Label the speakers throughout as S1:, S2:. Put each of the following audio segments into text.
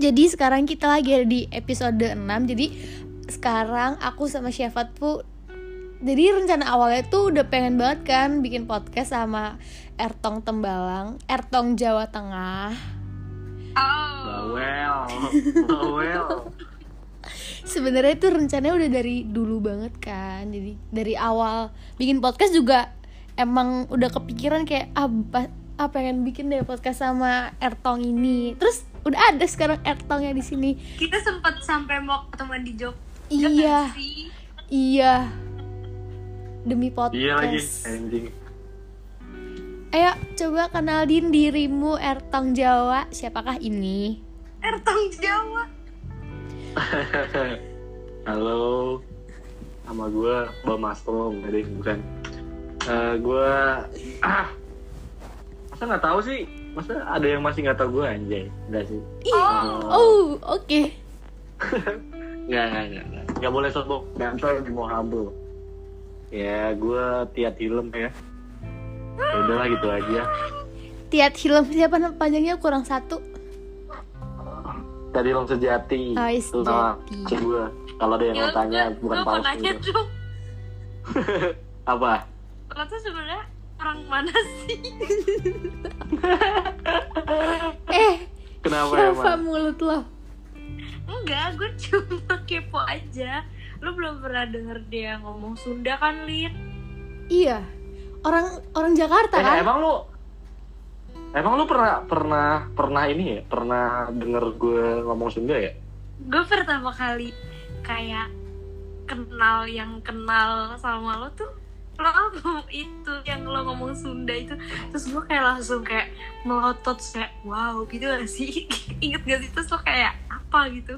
S1: Jadi sekarang kita lagi ada di episode 6 Jadi sekarang aku sama Syafat tuh Jadi rencana awalnya tuh udah pengen banget kan Bikin podcast sama Ertong Tembalang Ertong Jawa Tengah
S2: Oh.
S3: Bawel, bawel.
S1: Sebenarnya tuh rencananya udah dari dulu banget kan Jadi dari awal bikin podcast juga Emang udah kepikiran kayak ah, ba- ah, pengen bikin deh podcast sama Ertong ini Terus udah ada sekarang Ertongnya di sini
S2: Kita sempet sampai mau ketemuan di Jog.
S1: Iya, iya. Demi podcast.
S3: Iya lagi, anjing.
S1: Ayo coba kenalin dirimu Ertong Jawa. Siapakah ini?
S2: Ertong Jawa.
S3: Halo, nama gue Bamastro, nggak deh, bukan. Eh gue, ah, masa nggak tahu sih? Masa ada yang masih nggak tahu gue anjay? Nggak sih.
S2: Oh.
S1: Oh, oke.
S3: Nggak, nggak, nggak. nggak. Nggak boleh sombong. Ganteng, mau humble. Ya, gue tiat film ya. Ya udahlah gitu aja.
S1: Tiat Hilem siapa nama panjangnya kurang satu?
S3: Tadi long sejati.
S1: Oh,
S3: Itu nama
S1: sejati.
S3: kucing gua. Kalau ada yang mau tanya, bukan
S2: gue mau nanya
S3: palsu. ya.
S2: dong.
S3: Apa?
S2: Lo tuh sebenarnya orang mana sih?
S1: Eh,
S3: Kenapa
S1: siapa
S3: emang?
S1: mulut lo?
S2: Enggak, gue cuma kepo aja. Lo belum pernah denger dia ngomong Sunda kan, Lin?
S1: Iya. Orang orang Jakarta
S3: Eh,
S1: kan?
S3: emang lu Emang lu pernah pernah pernah ini ya? Pernah denger gue ngomong Sunda ya?
S2: Gue pertama kali kayak kenal yang kenal sama lo tuh lo ngomong itu yang lo ngomong Sunda itu terus gue kayak langsung kayak melotot terus kayak wow gitu gak sih inget gak sih terus lo kayak apa gitu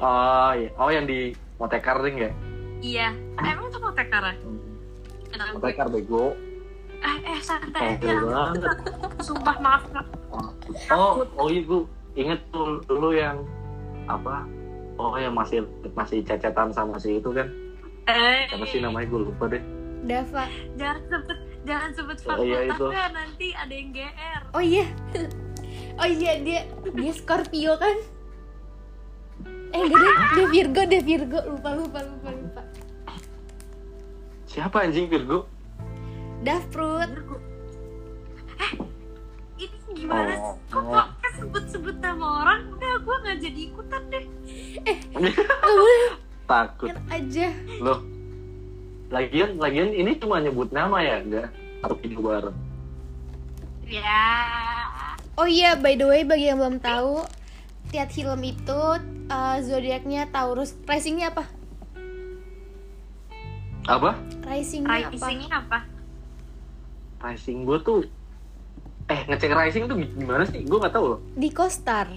S3: Oh iya. Oh yang di Motekar ding ya?
S2: iya emang itu kotek karena gue
S3: Motekar bego.
S2: eh eh
S3: Oh,
S2: santai
S3: bego
S2: aja
S3: banget.
S2: sumpah maaf maaf.
S3: Oh, oh iya gue inget tuh lu yang apa? Oh yang masih masih cecetan sama si itu kan?
S2: eh
S3: Siapa sih namanya gue lupa deh.
S1: Dava.
S2: jangan sebut jangan sebut
S3: Oh, iya,
S2: fakultas
S3: itu.
S2: ya, nanti ada yang gr
S1: Oh iya. Oh iya dia dia Scorpio kan? Eh enggak deh, dia Virgo, dia Virgo. Lupa lupa lupa lupa.
S3: Siapa anjing Virgo?
S1: Davrut.
S2: Virgo. Eh, ini gimana sih? Kok
S3: Oh.
S2: podcast sebut-sebut nama orang? Udah, gue gak jadi ikutan deh.
S1: Gak boleh
S3: Takut.
S1: kan aja.
S3: Loh, lagian lagian ini cuma nyebut nama ya, enggak atau video bareng.
S2: Ya.
S1: Oh iya, by the way bagi yang belum tahu, Tiat Hilem itu eh, zodiaknya Taurus. Risingnya apa?
S3: Apa?
S1: Risingnya apa?
S2: Rising apa?
S3: Rising gue tuh eh ngecek rising tuh gimana sih? Gue nggak tahu loh.
S1: Di Kostar.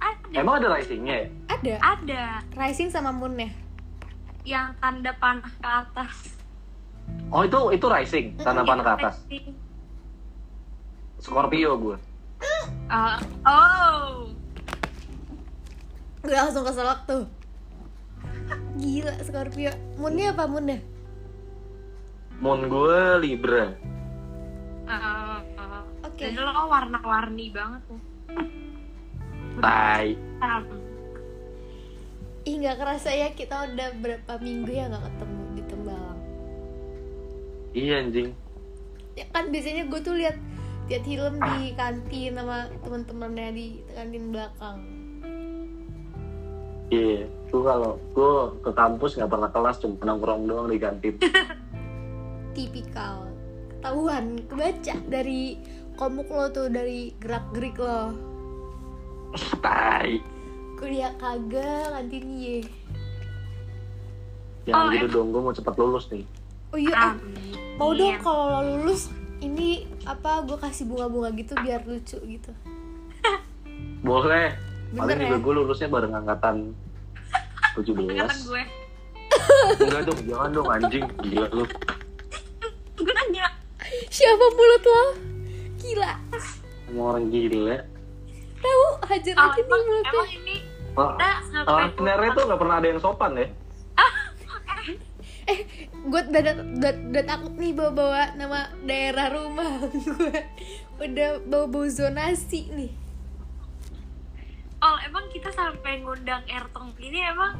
S2: Ada.
S3: Emang ada risingnya ya?
S1: Ada.
S2: Ada.
S1: Rising sama moonnya.
S2: Yang tanda panah ke atas.
S3: Oh itu itu rising, tanda panah ke atas.
S2: Rising.
S3: Scorpio gue.
S2: Oh. oh.
S1: Gue langsung keselak tuh. Gila Scorpio. Moonnya apa moonnya?
S3: Moon gue Libra.
S2: Uh, uh.
S1: Oke.
S2: Jadi lo warna-warni banget tuh.
S3: Tai.
S2: Tam.
S1: Ih nggak kerasa ya kita udah berapa minggu ya nggak ketemu di Tembalang.
S3: Iya anjing.
S1: Ya kan biasanya gue tuh lihat Tiat Hilem di kantin sama teman-temannya di kantin belakang.
S3: Iya. Gue kalau gue ke kampus nggak pernah kelas cuma nongkrong doang di kantin.
S1: tipikal ketahuan kebaca dari komuk lo tuh dari gerak gerik lo
S3: Tai.
S1: kuliah kagak kantin ye
S3: Jangan
S2: Oh,
S3: gitu
S2: em-
S3: dong, gue mau cepat lulus nih.
S1: oh
S3: eh,
S1: iya ah,
S2: Amin.
S1: mau dong
S2: Iya.
S1: kalau lo lulus ini apa gue kasih bunga-bunga gitu biar lucu gitu
S3: Boleh.
S1: bener
S3: Paling
S1: ya
S3: juga gue lulusnya bareng angkatan 17
S2: Angkatan gue.
S3: Enggak dong, jangan dong anjing Gila lu
S2: Gue nanya.
S1: siapa mulut lo gila
S3: Emang orang gila
S1: tahu hajar
S2: Oh,
S1: aja nih
S2: emang,
S1: mulutnya
S2: emang ini
S3: Oh,
S2: kita sampai
S3: Orang penyiarnya tuh gak pernah ada yang sopan ya
S1: eh gue udah udah udah takut nih bawa bawa nama daerah rumah gue udah bawa bawa zonasi nih
S2: Ol, Oh, emang kita sampai ngundang Ertong ini emang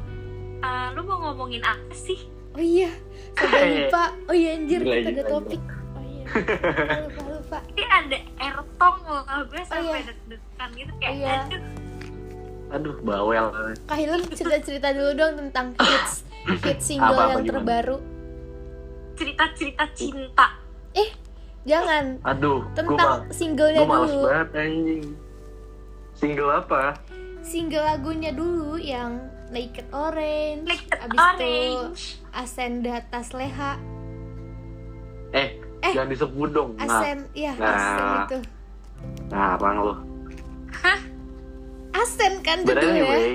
S2: eh, lu mau ngomongin apa sih?
S1: Oh iya, sampai lupa. Oh iya anjir,
S3: Gila,
S1: kita ada
S3: gila,
S1: topik. Oh iya. Lupa, lupa, lupa.
S2: Ini ada Ertong loh, kalau gue sampai
S1: iya.
S2: deg-degan gitu kayak
S1: Iya.
S2: aduh.
S3: Aduh, bawel.
S1: Kak Hilen cerita-cerita dulu dong tentang hits hits single
S3: Apa-apa
S1: yang
S3: gimana?
S1: terbaru.
S2: cerita-cerita cinta.
S1: Jangan
S3: Aduh, gue
S1: tentang singlenya
S3: gue males
S1: dulu.
S3: banget anjing. Single apa?
S1: Single lagunya dulu yang Naked Orange,
S2: Naked
S1: abis
S2: Orange.
S1: itu Ascenda Tasleha,
S3: Eh,
S1: Eh.
S3: jangan disebut dong. Nah,
S1: Asen, ya
S3: Nah.
S1: Asen itu.
S3: nah bang lo.
S1: Asen kan
S3: But
S1: judulnya.
S3: anyway,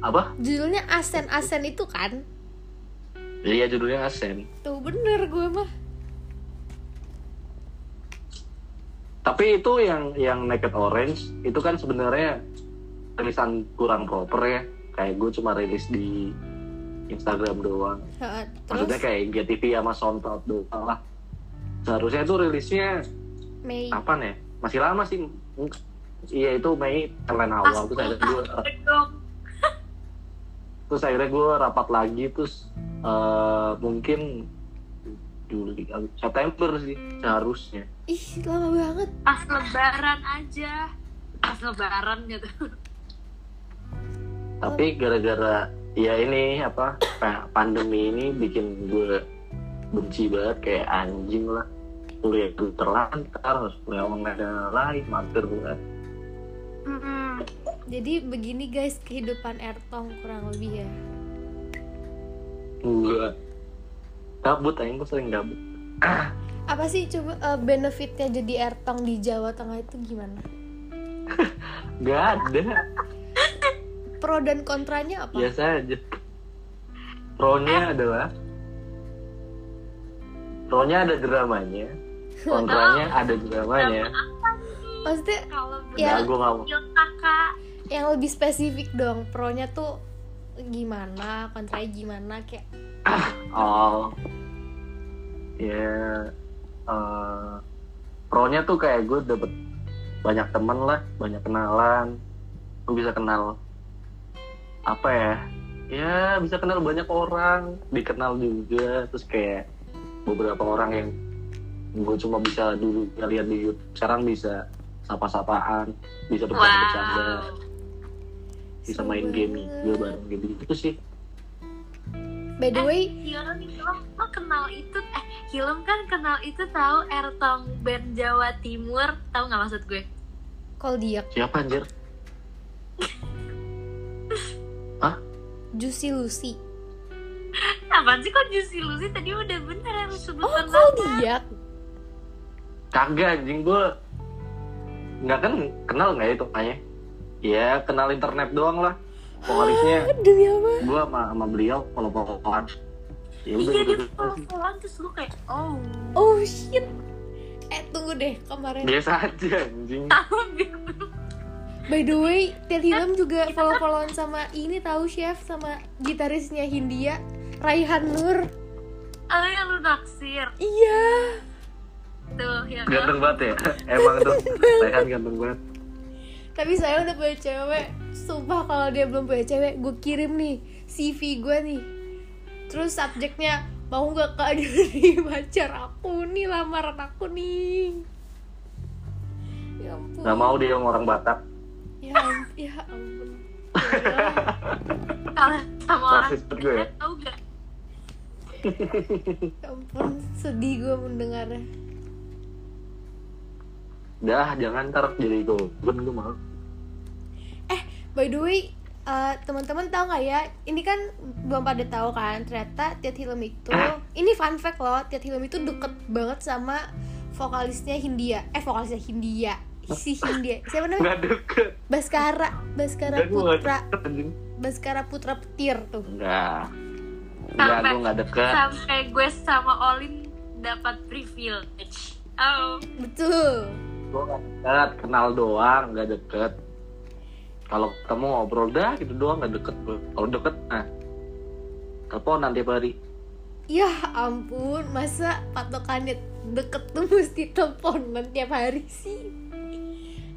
S3: apa?
S1: Judulnya Asen Asen itu kan.
S3: Iya judulnya Asen.
S1: Tuh bener gue mah.
S3: Tapi itu yang yang Naked Orange itu kan sebenarnya tulisan kurang proper ya. Kayak gue cuma rilis di Instagram doang.
S1: Ha, Terus
S3: Maksudnya kayak IGTV sama SoundCloud doang lah. Seharusnya itu rilisnya
S1: Mei.
S3: kapan ya? Masih lama sih. Iya itu Mei telan awal terus akhirnya gue
S2: gitu dong.
S3: terus akhirnya gue rapat lagi terus eh, mungkin Juli Agustus, September sih seharusnya.
S1: Ih, lama banget.
S2: Pas lebaran aja. Pas lebaran gitu.
S3: tapi gara-gara ya ini apa pa- pandemi ini bikin gue benci banget kayak anjing lah kuliah gue terlantar harus kuliah online dan lain mager gue
S2: Mm-mm.
S1: Jadi begini guys kehidupan Ertong kurang lebih ya.
S3: gue gabut aja gue sering gabut
S1: Apa sih coba eh, benefitnya jadi Ertong di Jawa Tengah itu gimana?
S3: gak ada
S1: Pro dan kontranya apa? Ah.
S3: biasa aja pro-nya adalah pro-nya ada dramanya kontranya ada dramanya
S1: Maksudnya
S2: Kalau
S1: Ah. Ya.
S3: ya. gue gak mau
S2: Yo kakak
S1: yang lebih spesifik dong. Pronya tuh gimana, kontranya gimana kayak
S3: Oh. Ya. eh, pro-nya tuh kayak gue dapet banyak temen lah, banyak kenalan. Gue bisa kenal apa ya? Ya bisa kenal banyak orang, dikenal juga. Terus kayak beberapa orang yang gue cuma bisa dulu lihat di YouTube. Sekarang bisa sapa-sapaan, bisa bercanda-bercanda,
S2: Wow
S3: bisa
S1: seru
S3: main game juga
S1: banget.
S3: bareng gitu. Itu sih.
S1: By the way,
S2: Hilum, Hilum, lo kenal itu Eh, Hilum kan kenal itu tahu Ertong band Jawa Timur tahu nggak maksud gue?
S1: kalau dia
S3: Siapa anjir?
S1: Juicy Lucy.
S2: Apaan sih kok Juicy Lucy tadi udah bener yang
S1: Oh,
S2: sebutan
S1: kalau dia
S3: kagak anjing gue nggak kan kenal nggak itu kayaknya ya kenal internet doang lah pokoknya
S1: demi apa?
S3: gue sama, sama beliau kalau pokoknya ya udah
S2: Iya
S3: gitu
S2: dia follow-followan terus lu kayak oh
S1: Oh shit. Eh tunggu deh kemarin.
S3: biasa aja anjing
S2: tahu gitu.
S1: By the way, Tel Hilam juga follow-followan sama ini tahu chef sama gitarisnya Hindia Raihan Nur.
S2: Oh ya lu naksir
S1: Iya.
S2: tuh ya.
S3: ganteng banget ya emang tuh saya kan ganteng banget
S1: Tapi saya udah punya cewek. Sumpah kalau dia belum punya cewek, gue kirim nih CV gue nih. Terus subjeknya mau gak kak jadi pacar aku nih lamaran aku nih. Ya ampun.
S3: nggak mau dia sama orang Batak
S1: Ya, am- ya ampun. Ya Allah.
S2: Kalau sama orang
S3: Rasis banget gue ya.
S2: tahu gak?
S1: Ya ampun, sedih gue mendengarnya.
S3: dah jangan ntar jadi gue gue mau
S1: By the way, eh, teman-teman tahu nggak ya? Ini kan belum pada tahu kan ternyata Tiat Hilem itu ini fun fact loh, Tiat Hilem itu deket
S3: Hmm.
S1: banget sama vokalisnya Hindia. Eh vokalisnya Hindia. Si Hindia. Siapa namanya?
S3: nggak deket
S1: Baskara, Baskara
S3: Nggak, gue nggak
S1: Putra,
S3: deket, anjing
S1: Baskara Putra Petir tuh.
S3: nggak nggak gue nggak deket
S2: Sampai gue sama Olin dapat privilege. Oh,
S1: Betul.
S3: gue gak deket kenal doang gak deket kalau ketemu ngobrol dah gitu doang gak deket gue kalau deket nah telepon nanti hari
S1: Ya ampun, masa patokannya deket tuh mesti teleponan tiap hari sih?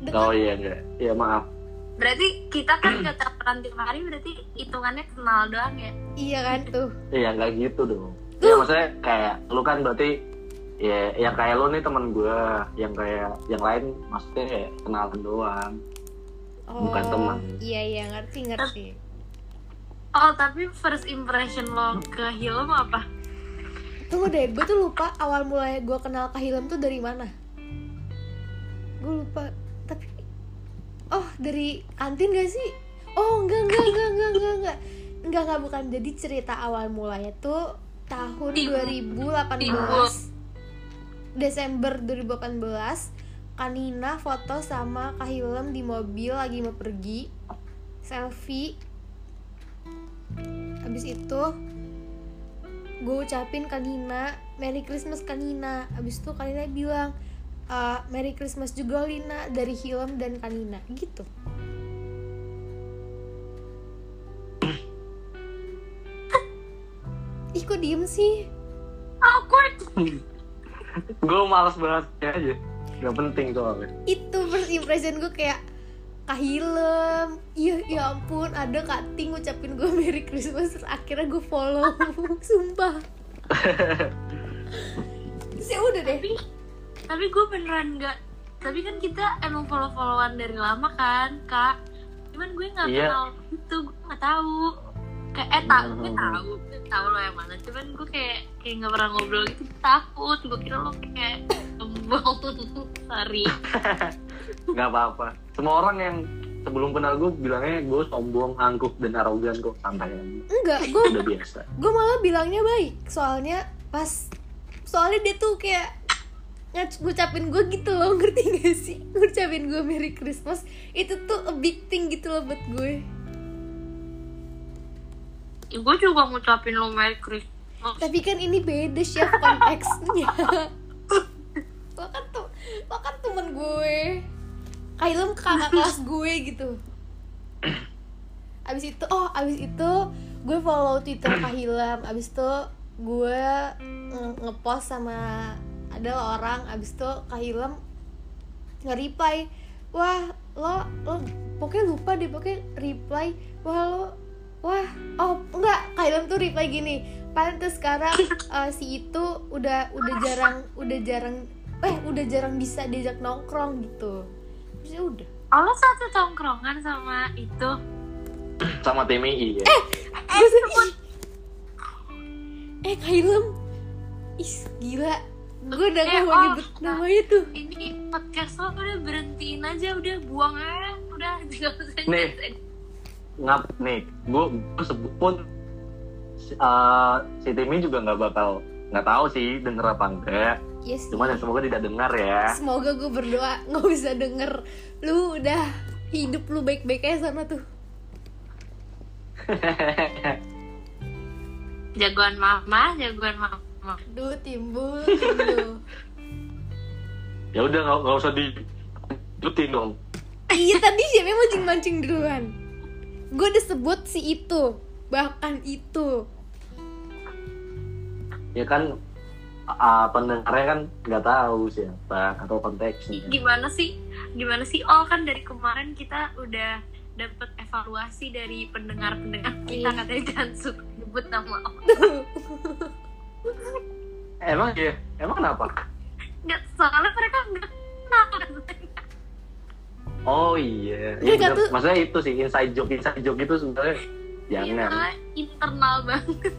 S1: dekat
S3: Oh iya enggak. Ya maaf.
S2: Berarti kita kan gak teleponan tiap hari berarti hitungannya kenal doang ya.
S1: iya kan tuh
S3: Iya enggak gitu dong. Ya maksudnya kayak lu kan berarti ya yang kayak lu nih teman gua, yang kayak yang lain maksudnya ya kenalan doang.
S1: oh
S3: Bukan teman.
S1: iya iya ngerti ngerti
S2: Oh tapi first impression lo ke Hilm apa?
S1: tunggu deh gue tuh lupa awal mulai gue kenal Kak Hilem tuh dari mana gue lupa tapi oh dari kantin gak sih oh enggak enggak enggak enggak enggak enggak enggak enggak bukan jadi cerita awal mulanya tuh tahun
S2: Tim-
S1: 2018 Desember 2018 Kanina foto sama Kak Hilem di mobil lagi mau pergi selfie habis itu gue ucapin Kanina Merry Christmas Kanina habis itu Kanina bilang "Eh, Merry Christmas juga Lina dari Hilem dan Kanina gitu Ih kok diem sih?
S2: Awkward.
S3: Gua malas banget ya aja. Gak penting soalnya.
S1: Itu first impression gue kayak Kak Hilem Iya ya ampun ada Kak Ting ucapin gue Merry Christmas Terus akhirnya gue follow Sumpah Terus ya udah deh
S2: Tapi tapi gue beneran gak tapi kan kita emang follow-followan dari lama kan kak cuman gue nggak
S3: Iya.
S2: kenal itu gue nggak tahu kayak eh tak gue
S3: Hmm.
S2: tahu gue tahu lo yang mana cuman gue kayak kayak nggak pernah ngobrol gitu gue takut gue kira lo kayak sombong sorry
S3: Gak apa-apa. Semua orang yang sebelum kenal gue bilangnya gue sombong, angkuh, dan arogan kok santai aja.
S1: Enggak gue
S3: Udah biasa.
S1: gue malah bilangnya baik soalnya pas soalnya dia tuh kayak ngac ngucapin gue gitu loh ngerti gak sih ngucapin gue Merry Christmas itu tuh a big thing gitu loh buat gue
S2: ya, gue juga ngucapin lo Merry Christmas
S1: tapi kan ini beda chef konteksnya lo kan tuh lo kan temen gue Kailem kakak kelas gue gitu abis itu oh abis itu gue follow twitter Kailem abis itu gue nge- ngepost sama ada orang abis itu Kailem nge-reply wah lo lo pokoknya lupa deh pokoknya reply wah lo wah oh enggak Kailem tuh reply gini pantes sekarang eh, si itu udah udah jarang udah jarang eh udah jarang bisa diajak nongkrong gitu terus ya udah
S2: oh, lo satu tongkrongan sama itu
S3: Sama TMI ya.
S1: eh ih. eh Kailem ih gila gue udah
S2: Eh,
S1: gak mau
S2: oh.
S1: nyebut namanya tuh
S2: ini podcast lo udah berhentiin aja udah buang aja udah nggak usah
S3: Nih.
S2: nyeritain.
S3: ngap nih gue sebut pun si- eh, si Timmy juga nggak bakal nggak tahu sih denger apa enggak
S1: yes
S3: cuman ya semoga tidak dengar ya
S1: semoga gue berdoa nggak bisa denger lu udah hidup lu baik-baik aja sana tuh
S2: jagoan mama jagoan mama
S1: Duh, timbul, timbul.
S3: ya udah nggak nggak usah di Lutin dong
S1: iya tadi siapa mancing-mancing duluan Gue udah sebut si itu Bahkan itu
S3: ya kan eh, pendengarnya kan nggak tahu siapa atau konteksnya
S2: gimana sih gimana sih oh kan dari kemarin kita udah dapet evaluasi dari pendengar-pendengar kita
S1: Iya.
S2: katanya jangan suka nyebut nama orang
S3: emang ya emang kenapa
S2: nggak soalnya mereka nggak kenal
S3: oh iya
S1: Dia
S3: ya,
S1: nggak
S3: bener.
S1: tuh-
S3: maksudnya itu sih inside joke inside joke itu sebenarnya jangan
S2: Iya, internal banget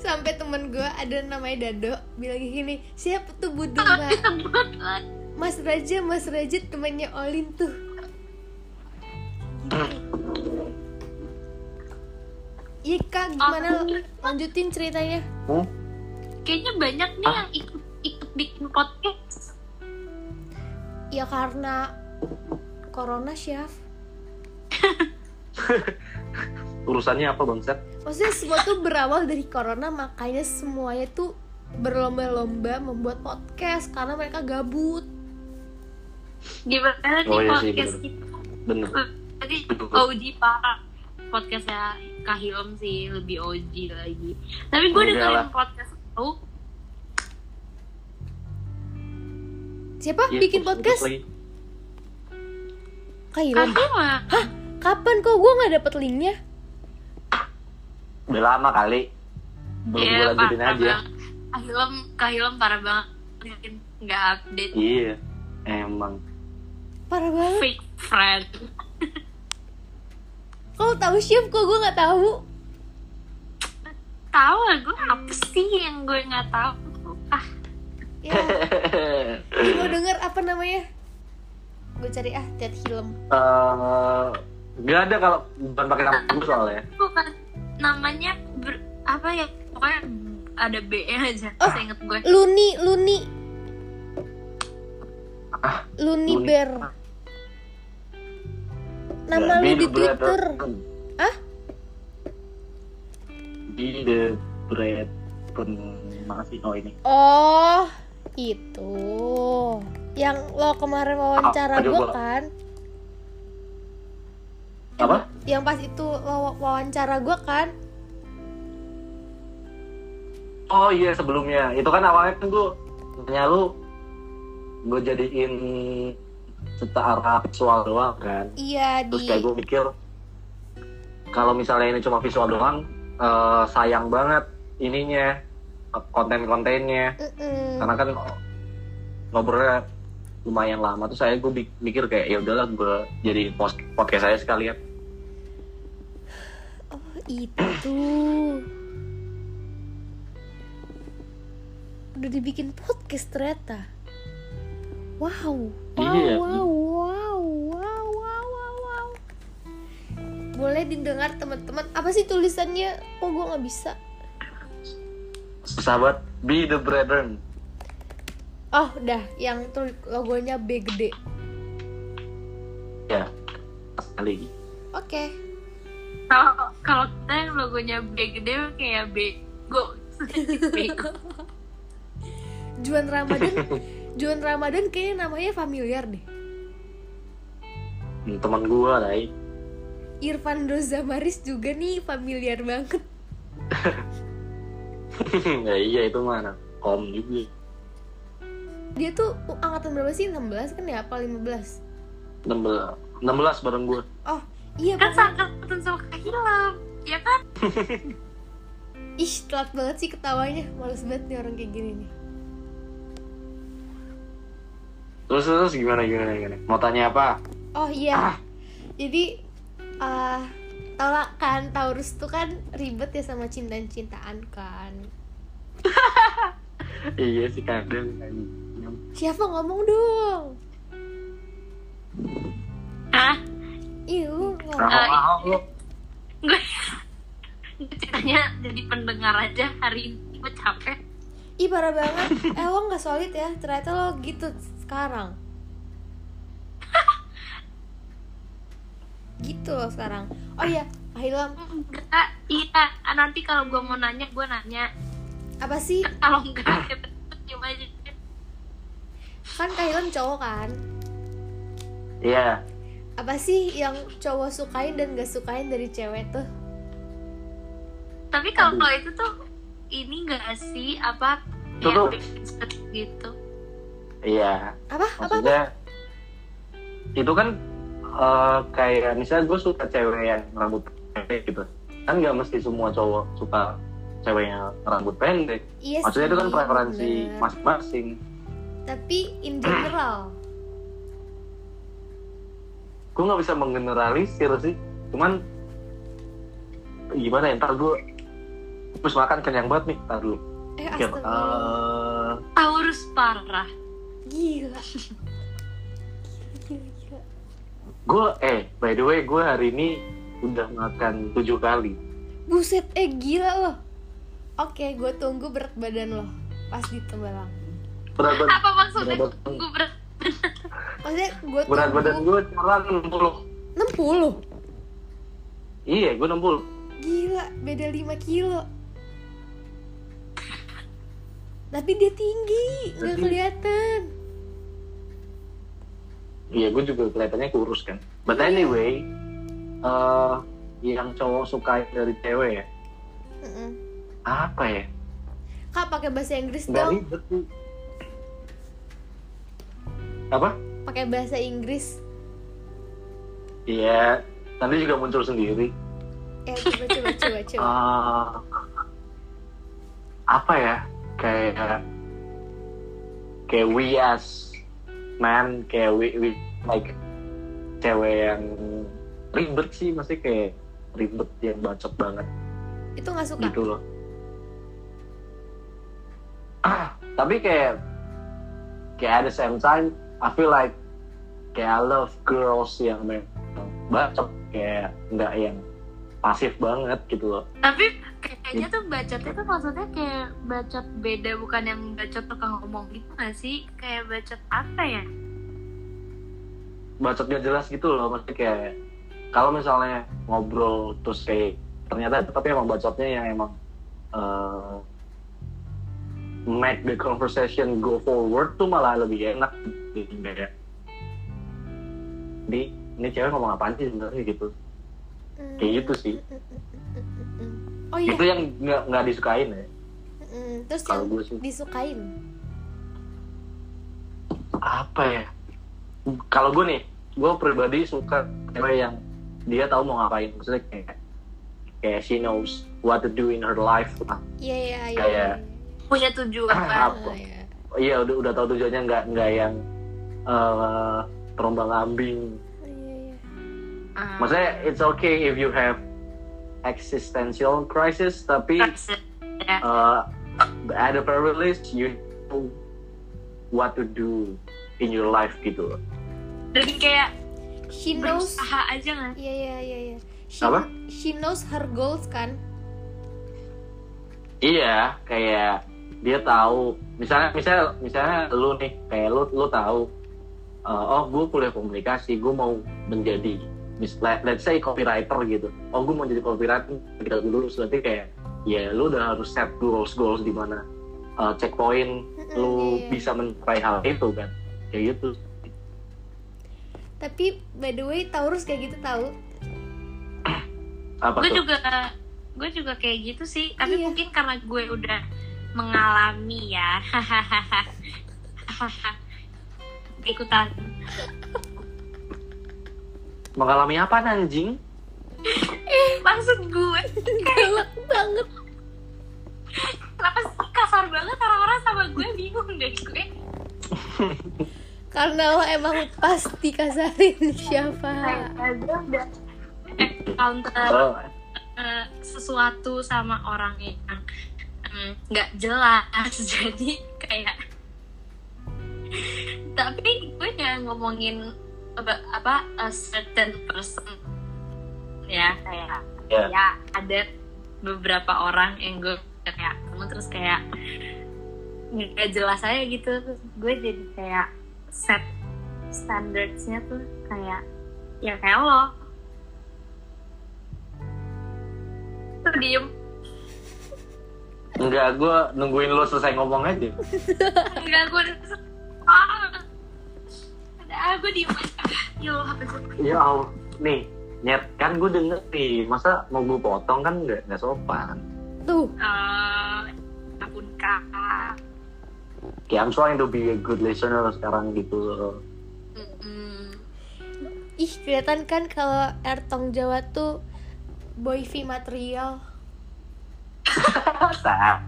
S1: Sampai temen gue ada namanya Dado Bilang gini, siapa tuh Budung
S2: kalau
S1: Mbak?
S2: disebut lah.
S1: Mas Raja, Mas Raja temannya Olin tuh Iya kak, gimana
S2: Aku-
S1: lanjutin ceritanya?
S3: Hmm?
S2: kayaknya banyak
S3: Ah.
S2: nih yang ikut ikut bikin podcast
S1: Ya karena Corona, Syaf
S3: urusannya apa bangsat
S1: Maksudnya semua tuh berawal dari corona makanya semuanya tuh berlomba-lomba membuat podcast karena mereka gabut.
S2: gimana nih
S3: Oh, iya sih,
S2: podcast
S3: bener.
S2: kita
S3: bener
S2: tadi OG parah podcastnya Kak Hilom sih lebih OG lagi tapi gue
S3: Enggak
S2: dengerin
S3: lah.
S2: podcast lu
S1: Siapa
S3: Ya,
S1: bikin
S3: putus- putus
S1: podcast?
S3: lagi.
S1: Kak hilang.
S2: Kakak mah
S1: Kapan kok gue nggak dapet linknya?
S3: Udah lama kali. Belum gue
S2: Iya,
S3: lanjutin
S2: parah
S3: aja.
S2: banget. Kak Ilham, Kak Ilham parah banget. Mungkin nggak update
S3: Iya. Emang.
S1: Parah banget.
S2: fake friend.
S1: Kalau tahu Syif kok gue nggak tahu.
S2: Tahu lah gue apa sih yang gue nggak tahu? Ah,
S1: Ya, ini mau denger apa namanya? Gue cari ah tiat film.
S3: Eh, Gak ada kalau bukan pakai nama gue soalnya.
S2: bukan kan namanya ber- apa ya? Pokoknya ada B E aja.
S1: Oh.
S3: Ah.
S2: Saya inget gue.
S1: Luni, Luni. Luni
S3: Ah, Luni.
S1: Bear. Nama lu
S3: Jadi
S1: di
S3: the
S1: Twitter.
S3: Breton.
S1: Hah?
S3: Jadi the bread pun masih oh ini.
S1: Oh, itu. Yang lo kemarin wawancara
S3: Ah, aduh,
S1: gue
S3: gua-
S1: kan? Iya.
S3: Apa?
S1: Yang pas itu lo wawancara gue kan?
S3: Oh iya sebelumnya itu kan awalnya kan gue nanya lu gue jadiin setara visual doang kan
S1: Iya
S3: terus
S1: di.
S3: kayak gue mikir kalau misalnya ini cuma visual doang eh, sayang banget ininya konten-kontennya
S1: Mm-mm.
S3: karena kan ngobrolnya lumayan lama tuh saya gue mikir kayak ya udahlah gue jadi podcast saya sekalian
S1: Oh, itu. Udah dibikin podcast ternyata. Wow. Wow,
S3: Iya.
S1: wow, wow, wow, wow, wow, wow. Boleh didengar teman-teman. Apa sih tulisannya? Kok gue nggak bisa?
S3: sahabat be the brethren
S1: Oh, udah. Yang tul- logonya B gede.
S3: ya sekali
S1: Oke.
S2: Kalau kalau kita yang logonya B gede kayak B go. Bego.
S1: Juan Ramadan. Juan Ramadan kayaknya namanya familiar deh.
S3: Hmm, teman gue lah
S1: Irfan Dozamaris juga nih familiar banget.
S3: ya iya itu mana kom juga
S1: Dia tuh uh, angkatan berapa sih? 16 kan ya? Apa 15?
S3: 16 16 bareng gue
S1: Oh iya
S2: kan
S1: pokoknya
S2: seangkatan sama Kak Ilham. Ya kan?
S1: Ih telat banget sih ketawanya Males banget nih orang kayak gini nih
S3: terus terus gimana gimana gimana mau tanya apa
S1: Oh iya Jadi eh Tau lah kan Taurus tuh kan ribet ya sama cinta-cintaan kan
S3: iya sih kadang
S1: Siapa ngomong dong
S2: Hah?
S1: Ih lu ngomong
S3: Rahang rahang lu
S2: gue gue ceritanya jadi pendengar aja hari ini gue capek
S1: Ih parah banget Eh lo gak solid ya Ternyata lo gitu sekarang Gitu loh sekarang Oh iya Pak Ilham
S2: enggak iya nanti kalau gue mau nanya gue nanya
S1: Apa sih
S2: kalau enggak ya diem aja
S1: Kan Kak Ilham cowok kan
S3: iya
S1: apa sih yang cowok sukain dan gak sukain dari cewek tuh
S2: tapi kalau itu tuh ini enggak sih apa
S3: Tuh, tuh.
S2: kayak gitu
S3: iya
S1: apa apa apa?
S3: maksudnya itu kan eh, kayak misalnya gue suka cewek yang rambut pendek gitu kan nggak mesti semua cowok suka cewek yang rambut pendek
S1: iya
S3: maksudnya itu kan
S1: sih,
S3: preferensi
S1: bener.
S3: masing-masing
S1: tapi in general
S3: gue nggak bisa menggeneralisir sih cuman gimana ya ntar gue terus makan kenyang banget nih ntar dulu
S1: eh
S3: Oke,
S1: astaga
S3: eh,
S2: Taurus parah
S1: gila gila gila
S3: gue eh by the way gue hari ini udah makan tujuh kali
S1: buset eh gila loh oke gue tunggu berat badan lo pas di Tembalang
S3: berat badan
S2: apa maksudnya
S3: Berat badan.
S2: gue berat
S1: maksudnya gue
S3: berat badan
S1: tunggu
S3: gue sekarang 60
S1: 60
S3: iya gue 60
S1: gila beda 5 kilo tapi dia tinggi nggak
S3: Tapi-
S1: kelihatan
S3: iya gue juga kelihatannya kurus kan but anyway eh yang cowok suka dari cewek ya
S1: Mm-mm.
S3: apa ya
S1: kak pakai bahasa Inggris
S3: nggak
S1: dong
S3: ribet sih. apa
S1: pakai bahasa Inggris
S3: Iya, nanti juga muncul sendiri.
S1: eh coba coba coba coba
S3: Eh, apa ya? Kayak kayak we as man, kayak we, we like cewek yang ribet sih, masih kayak ribet yang bacot banget
S1: itu nggak suka
S3: gitu loh. Ah, tapi kayak kayak at the same time, I feel like kayak I love girls yang memang bacot kayak nggak yang pasif banget gitu loh.
S2: Tapi kayaknya tuh bacotnya tuh maksudnya kayak bacot beda bukan yang bacot tukang ngomong gitu gak sih? Kayak bacot apa ya?
S3: bacot gak jelas gitu loh maksudnya kayak kalau misalnya ngobrol terus kayak ternyata tapi emang bacotnya yang emang eh, make the conversation go forward tuh malah lebih enak jadi kayak di ini cewek ngomong apaan sih sebenarnya gitu kayak gitu sih
S1: oh iya
S3: itu yang nggak nggak disukain ya
S1: Mm, terus yang
S3: kalau gue sih
S1: disukain
S3: apa ya kalau gue nih gue pribadi suka cewek yang dia tahu mau ngapain maksudnya kayak kayak she knows what to do in her life lah
S1: iya iya iya
S3: Kayak-
S2: Punya tujuan
S3: Ah,
S2: banget.
S3: apa?
S1: Ah, iya.
S3: iya udah udah tahu tujuannya nggak nggak yang eh terombang ambing
S1: Iya, iya.
S2: Ah.
S3: maksudnya it's okay if you have existential crisis tapi
S2: Ya.
S3: eh, at the very least you know what to do in your life gitu loh
S2: Jadi kayak
S1: she knows
S2: berusaha aja gak?
S1: iya iya iya iya she,
S3: Apa?
S1: she knows her goals kan
S3: iya kayak dia tahu misalnya misalnya misalnya lu nih kayak lu lu tahu eh, oh gue kuliah komunikasi gue mau menjadi mis let- let's say copywriter gitu oh gue mau jadi copywriter kita dulu berarti kayak ya lu udah harus set goals goals di mana eh, checkpoint
S1: Mm-mm,
S3: lu
S1: iya, iya.
S3: bisa mencapai hal itu kan kayak gitu
S1: tapi by the way Taurus kayak gitu tahu
S3: apa
S2: Gue
S3: tuh
S2: juga gue juga kayak gitu sih. Tapi
S1: Iya.
S2: mungkin karena gue udah mengalami ya. ikutan
S3: mengalami apa anjing
S2: maksud gue
S1: galak banget
S2: kenapa sih kasar banget orang-orang sama gue bingung deh gue
S1: karena lo emang pasti kasarin siapa
S2: kayak gue udah eh, encounter
S3: Oh,
S2: eh, sesuatu sama orang yang em, nggak jelas jadi kayak tapi gue nggak ngomongin apa, apa a certain person ya kayak
S3: Ya.
S2: ya ada beberapa orang yang gue kayak kamu terus kayak nggak jelas aja gitu terus gue jadi kayak set standardsnya tuh kayak ya kayak lo tuh diem
S3: enggak gue nungguin lu selesai ngomong aja
S2: Enggak, gue udah ah, ah, gue diem aja. Ya Allah, apa sih?
S3: Ya Allah, nih nyet kan gue denger nih masa mau gue potong kan nggak nggak sopan.
S1: tuh
S2: Eh, ampun kakak.
S3: Kayak I'm trying to be a good listener sekarang gitu. loh.
S2: Mm-mm.
S1: ih kelihatan kan kalau ertong Jawa tuh boyfi material
S3: Masa?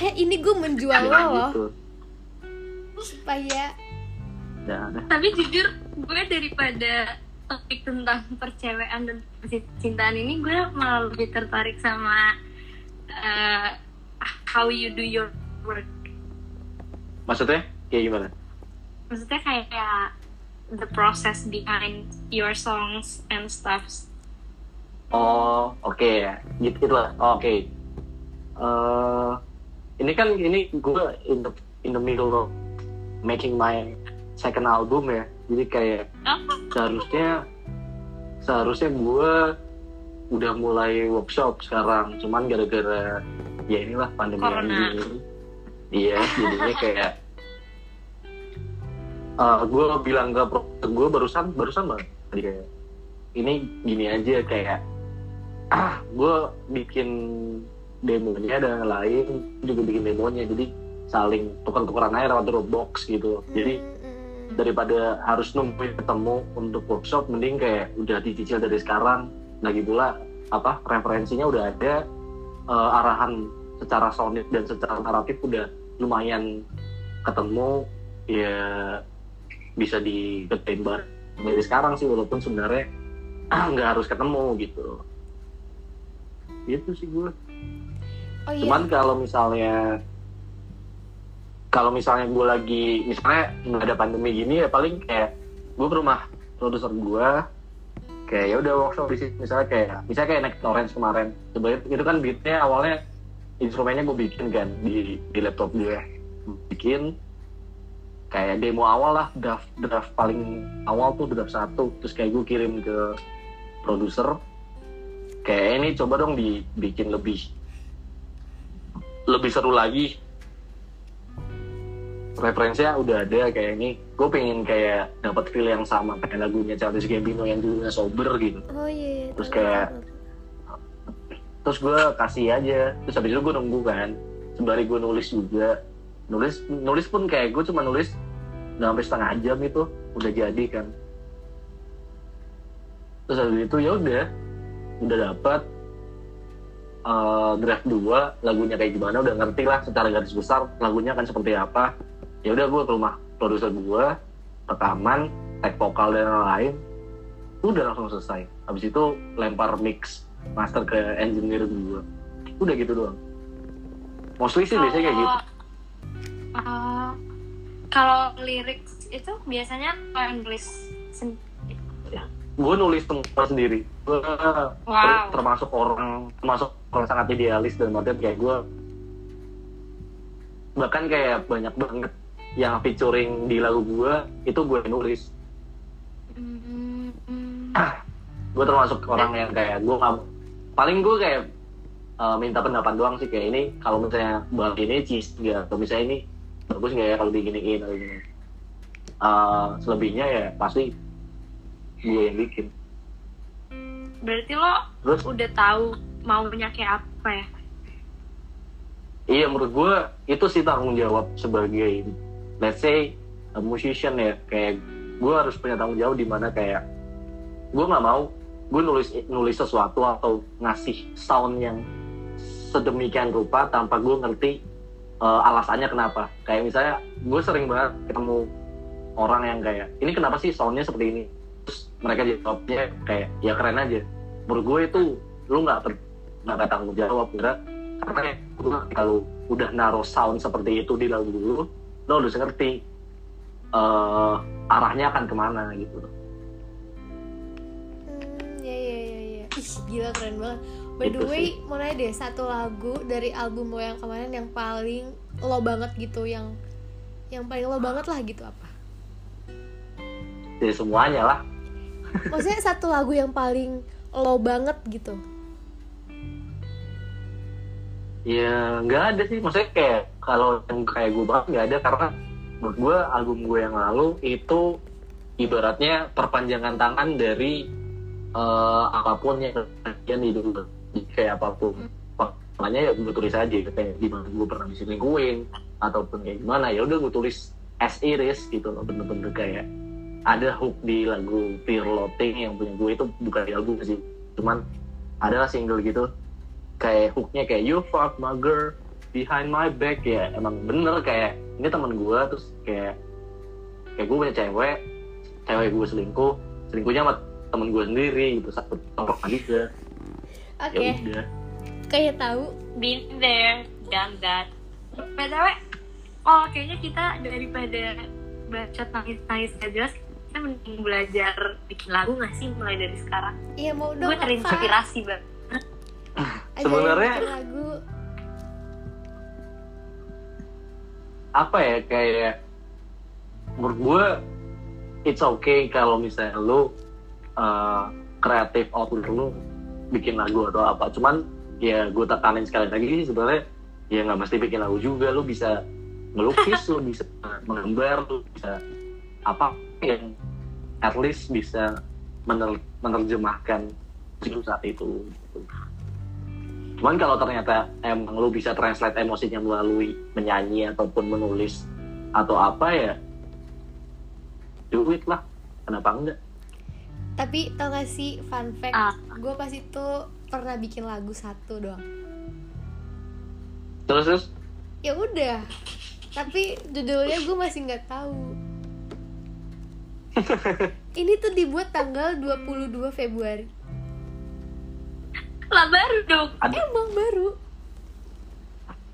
S1: eh ini gue menjual lo
S3: Jangan
S1: loh
S3: gitu.
S1: supaya
S3: Jangan.
S2: Tapi jujur, gue daripada topik tentang percewaan dan percintaan ini, gue malah lebih tertarik sama eh, how you do your work.
S3: Maksudnya kayak gimana?
S2: Maksudnya kayak the process behind your songs and stuff.
S3: Oh, oke ya. Gitu, gitu lah. Oh, oke. Eh, ini kan ini gue in the in the middle of making my second album ya. Jadi kayak seharusnya seharusnya gue udah mulai workshop sekarang cuman gara-gara ya inilah pandemi
S2: Corona.
S3: ini iya jadinya kayak Eh, gue bilang ke pro gue barusan barusan banget tadi kayak ini gini aja kayak ah gue bikin demonya dan yang lain juga bikin demonya jadi saling tukar-tukaran aja lewat Dropbox gitu jadi
S1: Mm, mm,
S3: daripada harus nungguin ketemu untuk workshop mending kayak udah dicicil dari sekarang lagi pula apa referensinya udah ada eh, arahan secara sonik dan secara naratif udah lumayan ketemu ya bisa dikerjain bareng dari sekarang sih walaupun sebenarnya nggak harus ketemu gitu gitu sih gue
S1: oh iya
S3: cuman kalau misalnya kalau misalnya gue lagi misalnya nggak ada pandemi gini ya paling kayak gue ke rumah produser gue kayak ya udah workshop di situ misalnya kayak misalnya kayak Next Orange kemarin sebenarnya itu kan beatnya awalnya instrumennya gue bikin kan di di laptop gue bikin kayak demo awal lah draft draft paling awal tuh draft satu terus kayak gue kirim ke produser kayak ini coba dong dibikin lebih lebih seru lagi referensinya udah ada kayak ini gue pengen kayak dapat feel yang sama kayak lagunya Charles Gambino yang dulunya sober gitu
S1: oh iya iya,
S3: Terus
S1: tahu,
S3: kayak,
S1: tahu.
S3: terus gue kasih aja terus habis itu gue nunggu kan sembari gue nulis juga nulis nulis pun kayak gue cuma nulis nggak sampai setengah jam itu udah jadi kan terus habis itu ya udah udah dapat eh, draft 2 lagunya kayak gimana udah ngerti lah secara garis besar lagunya akan seperti apa ya udah gue ke rumah produser gue rekaman tag vokal dan lain-lain udah langsung selesai habis itu lempar mix master ke engineer gue udah gitu doang mostly sih biasanya kayak gitu
S2: eh, kalau lirik itu biasanya kalau Inggris sendiri.
S3: gue nulis tempat sendiri gue
S2: Wow.
S3: termasuk orang termasuk orang sangat idealis dan artian kayak gue bahkan kayak banyak banget yang featuring di lagu gue itu gue nulis
S2: Hmm, hmm.
S3: gue termasuk orang yang kayak gue nggak- paling gue kayak uh, minta pendapat doang sih kayak ini kalau misalnya bang ini cheese nggak atau misalnya ini bagus nggak ya kalau diginiin atau gini Uh, selebihnya ya pasti gue yang bikin
S2: Berarti lo
S3: terus
S2: udah tahu maunya kayak apa ya?
S3: Iya menurut gue itu sih tanggung jawab sebagai let's say a musician ya kayak gue harus punya tanggung jawab di mana kayak gue nggak mau gue nulis nulis sesuatu atau ngasih sound yang sedemikian rupa tanpa gue ngerti eh, alasannya kenapa kayak misalnya gue sering banget ketemu orang yang kayak ini kenapa sih soundnya seperti ini terus mereka jawabnya kayak ya keren aja menurut gue itu lu nggak ber- nggak ada tanggung jawab karena karena lu- kalau udah naruh sound seperti itu di lagu lu lo udah ngerti eh, arahnya akan kemana gitu
S1: Hmm, ya ya ya ya. Ih, gila keren banget. By
S3: Gitu
S1: the way, mau nanya deh satu lagu dari album lo yang kemarin yang paling lo banget gitu, yang yang paling lo banget lah gitu apa?
S3: jadi semuanya lah
S1: Maksudnya satu lagu yang paling lo banget gitu.
S3: ya nggak ada sih maksudnya kayak kalau yang kayak gue banget nggak ada karena menurut gue album gue yang lalu itu ibaratnya perpanjangan tangan dari eh, apapun yang kalian hidup gue. Jadi kayak apapun makanya ya gue tulis aja kayak gimana gue pernah diselingkuhin ataupun kayak gimana ya udah gue tulis as iris gitu loh bener-bener kayak ada hook di lagu Fear Loathing yang punya gue itu bukan di album sih cuman adalah single gitu kayak hooknya kayak you fuck my girl behind my back ya emang bener kayak ini teman gue terus kayak kayak gue punya cewek cewek gue selingkuh selingkuhnya sama temen gue sendiri gitu satu tempat juga
S1: Oke,
S3: ya udah
S1: kayak tahu.
S2: Been there, done that. BTW, oh kayaknya kita daripada bacot nangis-nangis gak jelas, kita mending belajar bikin lagu gak sih mulai dari sekarang?
S1: Iya mau dong.
S2: Gue
S1: apa?
S2: terinspirasi banget.
S1: Ajarin
S3: Sebenarnya-
S1: bikin lagu.
S3: apa ya kayak menurut gue it's okay kalau misalnya lu uh, kreatif output lu bikin lagu atau apa cuman ya gue tekanin sekali lagi sih sebenarnya ya nggak mesti bikin lagu juga lu bisa melukis lu bisa menggambar lu bisa apa yang at least bisa mener- menerjemahkan musik lu saat itu cuman kalau ternyata emang lu bisa translate emosinya melalui menyanyi ataupun menulis atau apa ya duit lah kenapa enggak
S1: Tapi tau gak sih fun fact
S2: Ah.
S1: Gue pas itu pernah bikin lagu satu doang
S3: terus terus
S1: Ya udah Tapi judulnya gue masih nggak tahu Ini tuh dibuat tanggal 22 Februari
S2: lah baru dong
S3: ada
S1: Emang baru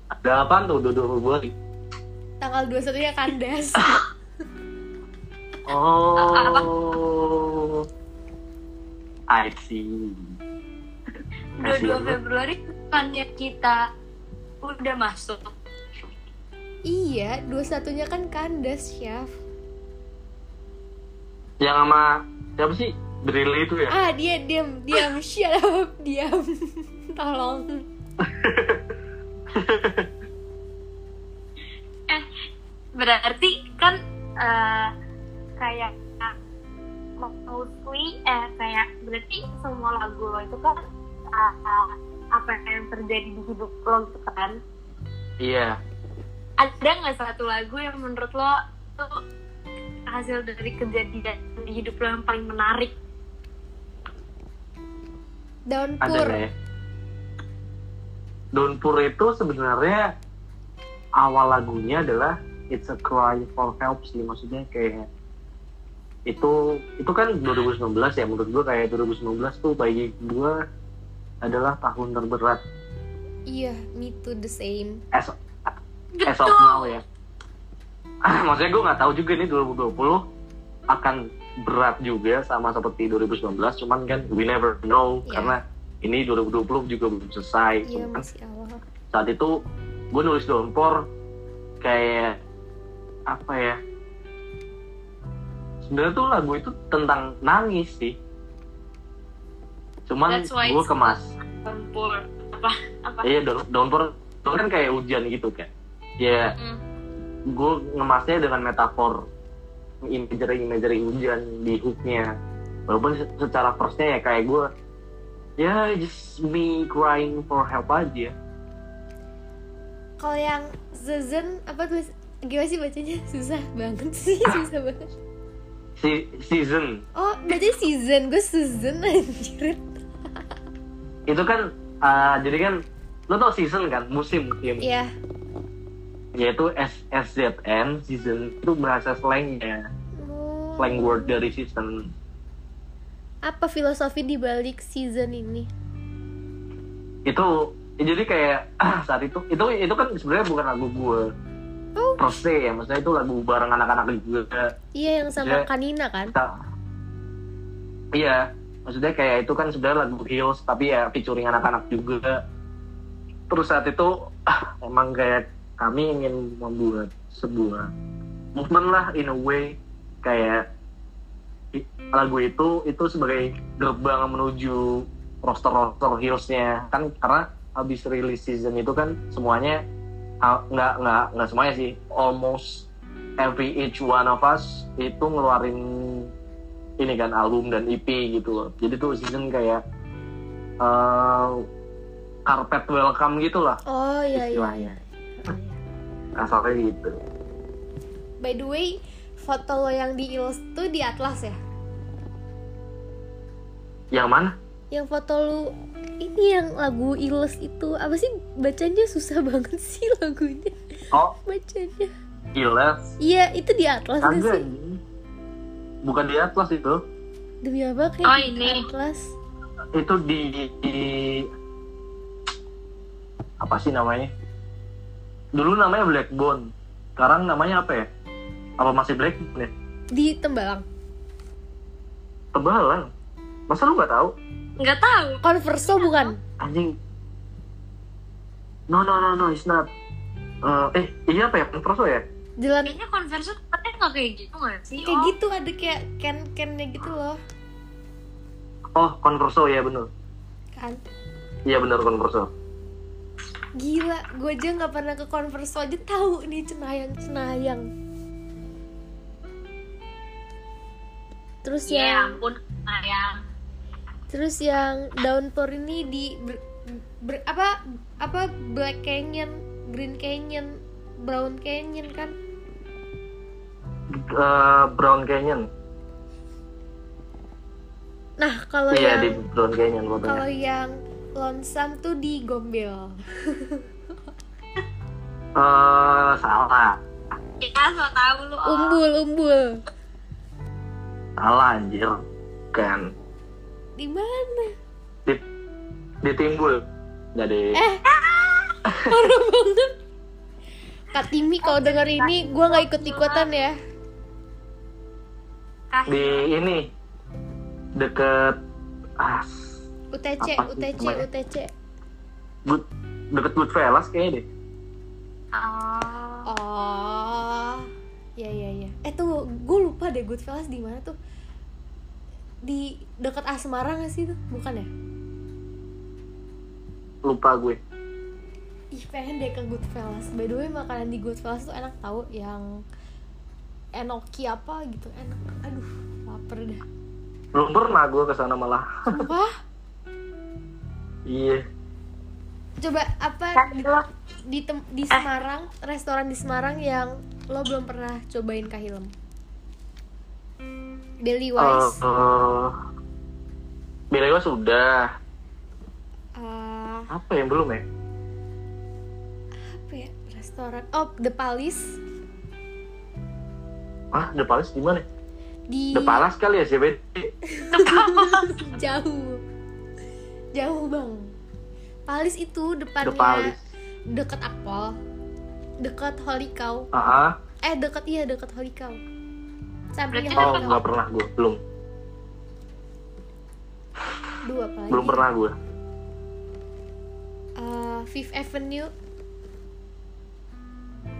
S3: ada apa tuh dua dua Februari
S1: Tanggal 21 nya kandas
S3: oh I see Kasihan
S2: 22
S3: lu.
S2: Februari bukannya kita udah masuk
S1: Iya 21 nya kan kandas Syaf
S3: yang sama siapa sih Drill itu ya
S1: Ah dia diam diam Shut up diam Tolong
S2: eh berarti kan eh, kayak mostly eh kayak berarti semua lagu lo itu kan eh, eh, apa yang terjadi di hidup lo gitu kan
S3: iya
S2: ada nggak satu lagu yang menurut lo tuh hasil dari kejadian di hidup lo yang paling menarik
S3: ada
S1: Downpour
S3: ya Downpour itu sebenarnya awal lagunya adalah It's a Cry for Help sih maksudnya kayak itu itu kan 2019 ya menurut gue kayak 2019 tuh bagi gue adalah tahun terberat
S1: Iya me too the same
S3: as, as of
S2: Betul.
S3: now ya maksudnya gue nggak tahu juga nih 2020 akan berat juga sama seperti 2019 cuman kan we never know
S1: Iya.
S3: karena ini 2020 juga belum selesai
S1: Iya
S3: Cuman
S1: masih awal
S3: saat itu gue nulis downpour kayak apa ya sebenarnya tuh lagu itu tentang nangis sih cuman
S2: That's why
S3: gue
S2: it's-
S3: kemas
S2: tempur apa apa
S3: iya down- downpour downpour kan kayak hujan gitu kan ya
S2: Hmm.
S3: gue ngemasnya dengan metafor imagery-imagery hujan di hooknya walaupun se- secara verse-nya ya kayak gue ya just me crying for help aja
S1: Kalau yang Zezen apa tulis gimana sih bacanya susah banget sih susah banget.
S3: Si- season
S1: Oh bacanya season gue season anjir.
S3: itu kan uh, jadi kan lo tau season kan musim tim
S1: Iya
S3: yaitu S- SZN season itu bahasa slangnya
S1: Oh,
S3: slang word dari season
S1: apa filosofi di balik season ini?
S3: itu ya jadi kayak ah, saat itu itu itu kan sebenarnya bukan lagu gue
S1: Oh.
S3: per se ya maksudnya itu lagu bareng anak-anak juga
S1: Iya yang sama
S3: Ya.
S1: Kanina kan?
S3: kita iya maksudnya kayak itu kan sebenarnya lagu heels tapi ya featuring anak-anak juga terus saat itu ah, emang kayak kami ingin membuat sebuah movement lah in a way kayak i- lagu itu itu sebagai gerbang menuju roster-roster heelsnya kan karena habis rilis season itu kan semuanya ah, nggak nggak nggak semuanya sih almost every each one of us itu ngeluarin ini kan album dan EP gitu loh. Jadi tuh season kayak eh carpet welcome gitu lah
S1: Oh iya iya.
S3: istilahnya.
S1: iya.
S3: Asalnya gitu.
S1: By the way foto lo yang di Ills tuh di Atlas ya?
S3: Yang mana?
S1: Yang foto lu ini yang lagu Ills itu apa sih bacanya susah banget sih lagunya
S3: Oh,
S1: bacanya?
S3: Gilles.
S1: Iya itu di Atlas gak
S3: Kagak.
S1: sih?
S3: Bukan di Atlas itu.
S1: Demi apa kayak
S2: Oh,
S1: di
S2: ini.
S1: Atlas?
S3: Itu di, di- apa sih namanya? Dulu namanya Blackbone. Sekarang namanya apa ya? Apa masih Blackbone ya?
S1: di Tembalang
S3: Tebalang. Masa lu nggak tahu?
S2: nggak tahu
S1: Converse
S2: Iya,
S1: lo bukan
S2: oh.
S3: anjing no no no no it's not Eh, eh iya apa ya Converse ya
S1: jalan
S2: kayaknya konversi tempatnya nggak kayak gitu nggak sih
S1: kayak
S2: Iya, Oh,
S1: gitu ada kayak ken kennya gitu loh
S3: oh Converse ya bener
S1: kan
S3: iya bener Converse
S1: gila gue aja nggak pernah ke Converse lo aja tahu nih cenayang cenayang terus
S2: ya
S1: yang
S2: ampun sayang
S1: terus yang downpour ini di ber- ber- apa apa black canyon green canyon brown canyon kan
S3: eh, Brown Canyon
S1: Nah, kalau
S3: iya di
S1: yang
S3: Brown Canyon
S1: kalau
S3: fotonya
S1: yang lonsam tuh di Gombel.
S3: Eh, salah
S2: Ya, so tau lu. oh.
S1: Umbul, umbul.
S3: salah anjir kan
S1: Di mana?
S3: di ditimbul nggak deh
S1: Eh. Parah banget. Kak Timi kalau denger ini gua nggak ikut-ikutan ya.
S3: di
S2: Kasih.
S3: ini deket ah
S1: UTC,
S3: Apa sih
S1: UTC,
S3: namanya?
S1: UTC.
S3: good deket Goodfellas kayaknya deh
S2: Oh.
S1: Oh. Ya ya ya. Eh tuh gue lupa deh Goodfellas di mana tuh? Di dekat Asmara gak sih tuh? Bukan ya?
S3: lupa gue
S1: Ih pengen deh ke Goodfellas. By the way makanan di Goodfellas tuh enak tau yang enoki apa gitu enak. Aduh lapar dah.
S3: belum pernah gue kesana malah
S1: Wah
S3: iya
S1: coba apa di di, tem- di
S3: Ah.
S1: Semarang restoran di Semarang yang lo belum pernah cobain kah Hilem? Deli
S3: Eh,
S1: Wise.
S3: eh, Billy Wise sudah
S1: Ah,
S3: apa yang belum ya
S1: apa ya restoran oh The Palace
S3: ah The Palace di mana
S1: di
S3: The Palace kali ya CBD
S1: jauh jauh bang Palace itu
S3: The
S1: depannya
S3: Palace
S1: deket Akpol deket Holy Cow
S3: ah ah.
S1: eh deket iya deket Holy Cow sampingnya
S2: Berarti
S3: oh
S1: Holy Cow
S3: nggak pernah gue belum
S1: dua apa lagi
S3: belum pernah gue
S1: Eh, Fifth Avenue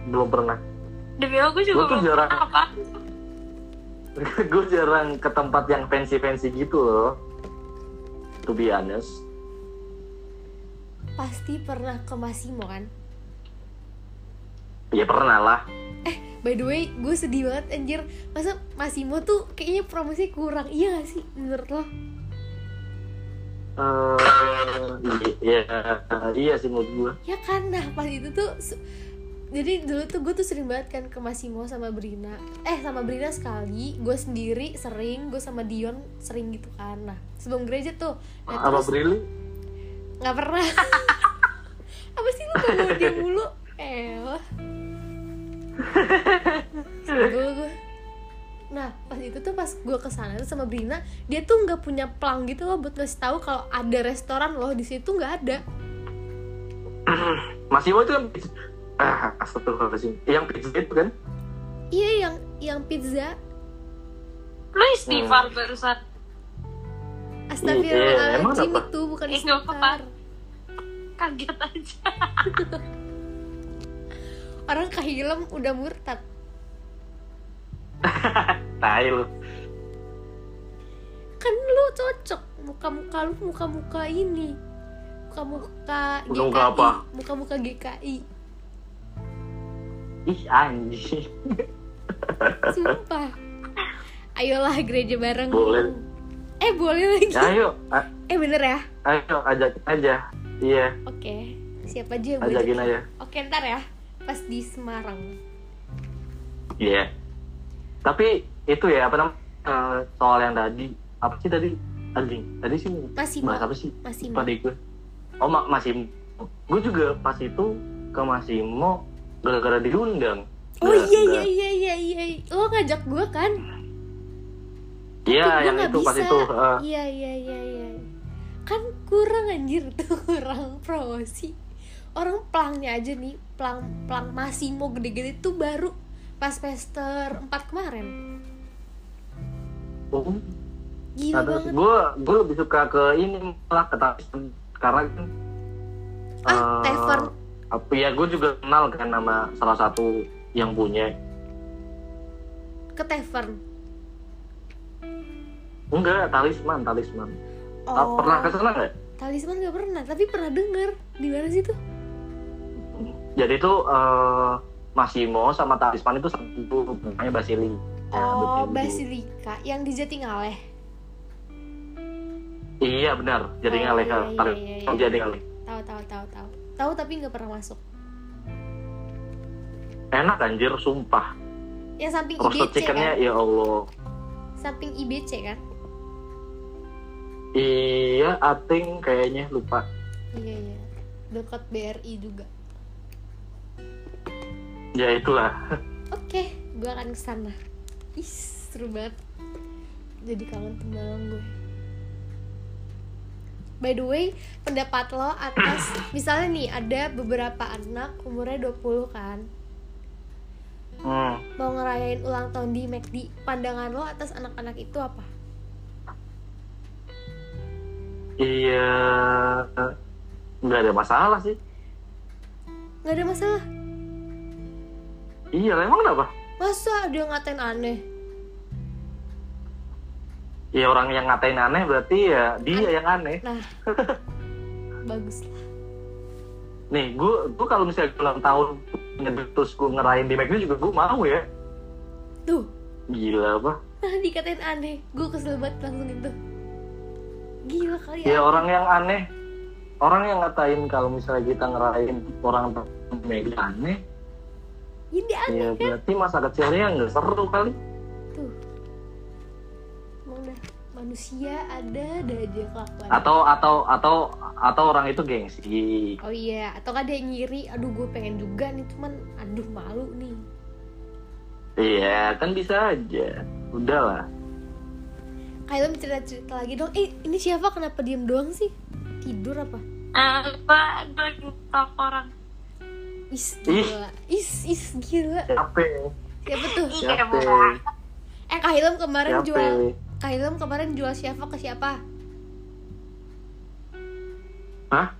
S3: belum pernah
S2: Demi Allah, gue juga
S3: Gua tuh
S2: belum
S3: jarang.
S2: pernah, apa?
S3: gue jarang ke tempat yang fancy-fancy gitu loh to be honest
S1: pasti pernah ke Masimo kan
S3: ya pernah lah
S1: By the way, gue sedih banget anjir Masa Masimo tuh kayaknya promosi kurang Iya gak sih menurut lo?
S3: Eh, iya, iya sih menurut gue
S1: Ya kan, nah pas itu tuh su- Jadi dulu tuh gue tuh sering banget kan ke Masimo sama Brina Eh sama Brina sekali, gue sendiri sering, gue sama Dion sering gitu kan Nah sebelum gereja tuh Nah
S3: sama
S1: terus
S3: Prilly
S1: gak pernah Apa sih lu ngomong dia mulu? Elah Sedih dulu gue Nah pas itu tuh pas gue kesana tuh sama Brina Dia tuh nggak punya pelang gitu loh buat ngasih tahu kalau ada restoran loh di situ nggak ada
S3: masih mau itu kan pizza- ah astagfirullahaladzim yang pizza itu kan
S1: Iya yang yang pizza
S2: Lu istighfar barusan.
S3: Iya, emang
S1: Astagfirullahaladzim
S3: kenapa?
S1: itu bukan
S2: Ih, nggak apa-apa.
S1: istighfar
S2: Kaget aja.
S1: Orang kahilem udah murtad
S3: tai lu
S1: Kan lu cocok Muka-muka lu muka-muka ini Muka-muka GKI
S3: Muka-muka apa?
S1: Muka-muka GKI
S3: ih anjing
S1: Sumpah Ayolah gereja bareng
S3: Boleh.
S1: Eh boleh lagi
S3: Ya, ayo a-
S1: Eh bener ya
S3: ayo ajak aja iya
S1: Oke, siapa aja yang gua
S3: ajakin
S1: ajakin?
S3: aja
S1: Oke, ntar ya. Pas di Semarang.
S3: iya tapi itu ya apa namanya eh, soal yang tadi apa sih tadi anjing tadi sih
S1: Masih
S3: bahas
S1: mau.
S3: apa sih
S1: Masih mau.
S3: pada gue oh mak masih gue juga pas itu ke Masimo gara-gara diundang
S1: Oh
S3: Gara-
S1: iya iya
S3: gara-
S1: iya iya iya. Lo ngajak gue kan?
S3: iya
S1: Tapi gua
S3: yang
S1: nggak
S3: itu pas
S1: bisa.
S3: itu eh,
S1: Iya iya iya iya. Kan kurang anjir tuh kurang promosi. Orang pelangnya aja nih, pelang pelang Masimo gede-gede tuh baru pas semester 4 kemarin.
S3: oh,
S1: Gila
S3: Nah, terus
S1: Iya banget.
S3: gue gue lebih suka ke ini malah ke Tyson karena kan
S1: Ah,
S3: eh,
S1: Tavern.
S3: apa ya gue juga kenal kan nama salah satu yang punya
S1: Ke tavern.
S3: enggak talisman talisman Ah,
S1: Oh.
S3: pernah ke sana nggak
S1: Talisman gak pernah, tapi pernah denger. Di mana sih tuh?
S3: jadi itu eh Masimo sama talisman itu satu namanya Basili Nah,
S1: Oh,
S3: begitu.
S1: Basilika yang di Jatingaleh.
S3: iya benar jadi
S1: Oh,
S3: ngaleh
S1: iya, iya,
S3: Talisman
S1: iya, iya.
S3: jadi ngaleh
S1: Tahu tahu tahu tahu. Tahu tapi nggak pernah masuk.
S3: enak anjir sumpah
S1: yang samping
S3: roasted
S1: IBC
S3: chickennya
S1: kan
S3: ya Allah
S1: samping IBC kan
S3: iya ating kayaknya lupa
S1: iya iya dekat BRI juga
S3: ya itulah
S1: Oke, gue akan kesana. Ih, seru banget. Jadi kangen tembalang gue. By the way, pendapat lo atas misalnya nih ada beberapa anak umurnya 20 kan,
S3: hmm.
S1: mau ngerayain ulang tahun di McD. Pandangan lo atas anak-anak itu apa?
S3: iya nggak ada masalah sih
S1: Gak ada masalah.
S3: iya emang kenapa
S1: Masa dia ngatain aneh?
S3: ya orang yang ngatain aneh berarti ya dia yang aneh
S1: Nah, bagus lah.
S3: nih gue gue kalau misalnya ulang tahun punya- terus gue ngerayain di McD juga gue mau ya
S1: Tuh,
S3: gila apa
S1: nah dikatain aneh. Gue kesel banget langsung itu. Gila kali
S3: ya orang yang aneh orang yang ngatain kalau misalnya kita ngerayain orang mega aneh
S1: Ya, dia aneh.
S3: ya berarti masa kecilnya nggak seru kali
S1: tuh emang dah manusia ada ada aja kelakuan
S3: atau atau atau atau orang itu gengsi
S1: oh iya atau kan dia ngiri aduh gue pengen juga nih cuman aduh malu nih
S3: iya kan bisa aja udahlah
S1: kayak cerita cerita lagi dong eh ini siapa kenapa diem doang sih tidur apa
S2: apa gue ngetop orang
S1: is
S3: Ih.
S1: gila is is gila
S3: capek
S1: siapa tuh
S2: iya
S3: Siapa?
S2: bukan
S1: eh Kahilem kemarin jual
S3: capek
S1: Kahilem kemarin jual siapa ke siapa
S3: Hah?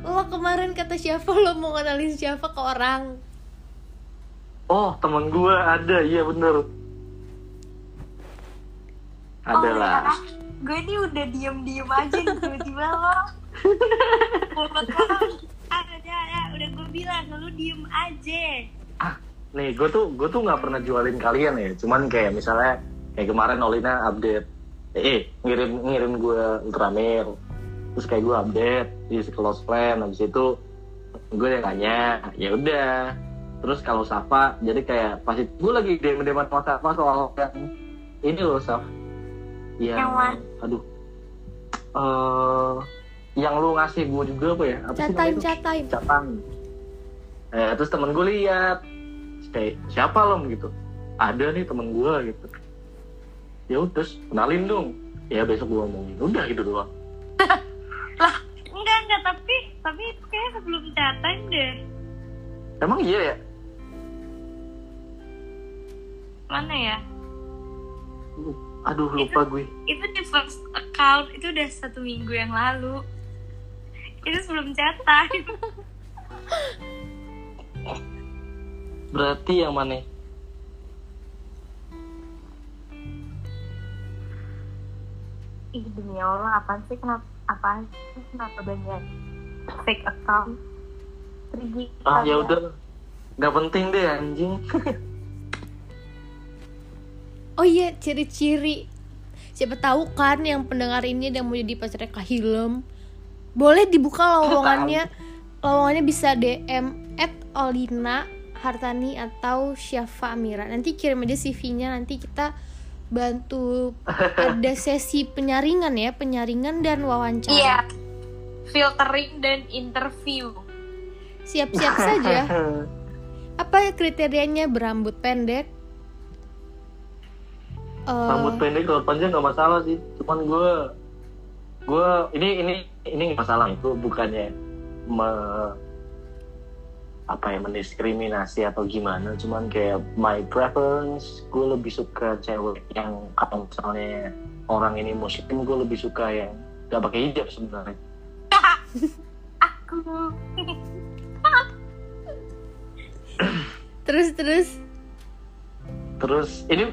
S1: lo kemarin kata siapa lo mau kenalin siapa ke orang
S3: oh temen gue ada iya bener ada lah
S2: gue ini udah diem diem aja nih, tiba-tiba lo mulut lo ah udah ya, udah gue bilang lu diem aja
S3: nih gue tuh gue tuh nggak pernah jualin kalian ya cuman kayak misalnya kayak kemarin Olina update eh, eh, ngirim ngirim gue ultramir terus kayak gue update di close friend habis itu gue yang nanya ya udah terus kalau sapa jadi kayak pasti gue lagi dm dm sama sapa soal yang ini loh sap yang
S2: Yang mana?
S3: aduh eh yang lu ngasih gue juga apa ya apa sih
S1: chat
S3: namanya
S1: time
S3: itu?
S1: chat time
S3: Jatang. Eh, terus temen gue lihat, kayak siapa lom gitu. Ada nih temen gue gitu. Ya udah, terus kenalin dong. Ya besok gue ngomongin. Udah gitu doang.
S2: enggak enggak tapi tapi itu kayak sebelum datang deh
S3: Emang iya ya?
S2: mana ya
S3: Aduh lupa gue.
S2: itu di first account itu udah satu minggu yang lalu itu sebelum cetak
S3: Berarti yang mana?
S2: ih demi allah apaan sih kenapa apaan sih kenapa banyak fake account pergi
S3: Ah ya udah. Gak penting deh anjing.
S1: Oh iya, ciri-ciri. Siapa tahu kan yang pendengar ini ada yang mau jadi pacarnya Kak Hilem. Boleh dibuka lowongannya. Lowongannya bisa DM at Olina Hartani atau Syafa Amira. Nanti kirim aja CV-nya, nanti kita bantu ada sesi penyaringan ya, penyaringan dan wawancara.
S2: iya filtering dan interview
S1: Siap-siap saja. Apa kriterianya berambut pendek? Eh,
S3: Rambut pendek rambut panjang gak masalah sih. Cuman gue gue ini ini ini nggak masalah itu bukannya me- apa ya mendiskriminasi atau gimana cuman kayak my preference gue lebih suka cewek yang kalau misalnya orang ini muslim gue lebih suka yang gak pakai hijab sebenarnya
S2: aku
S1: Terus terus
S3: terus ini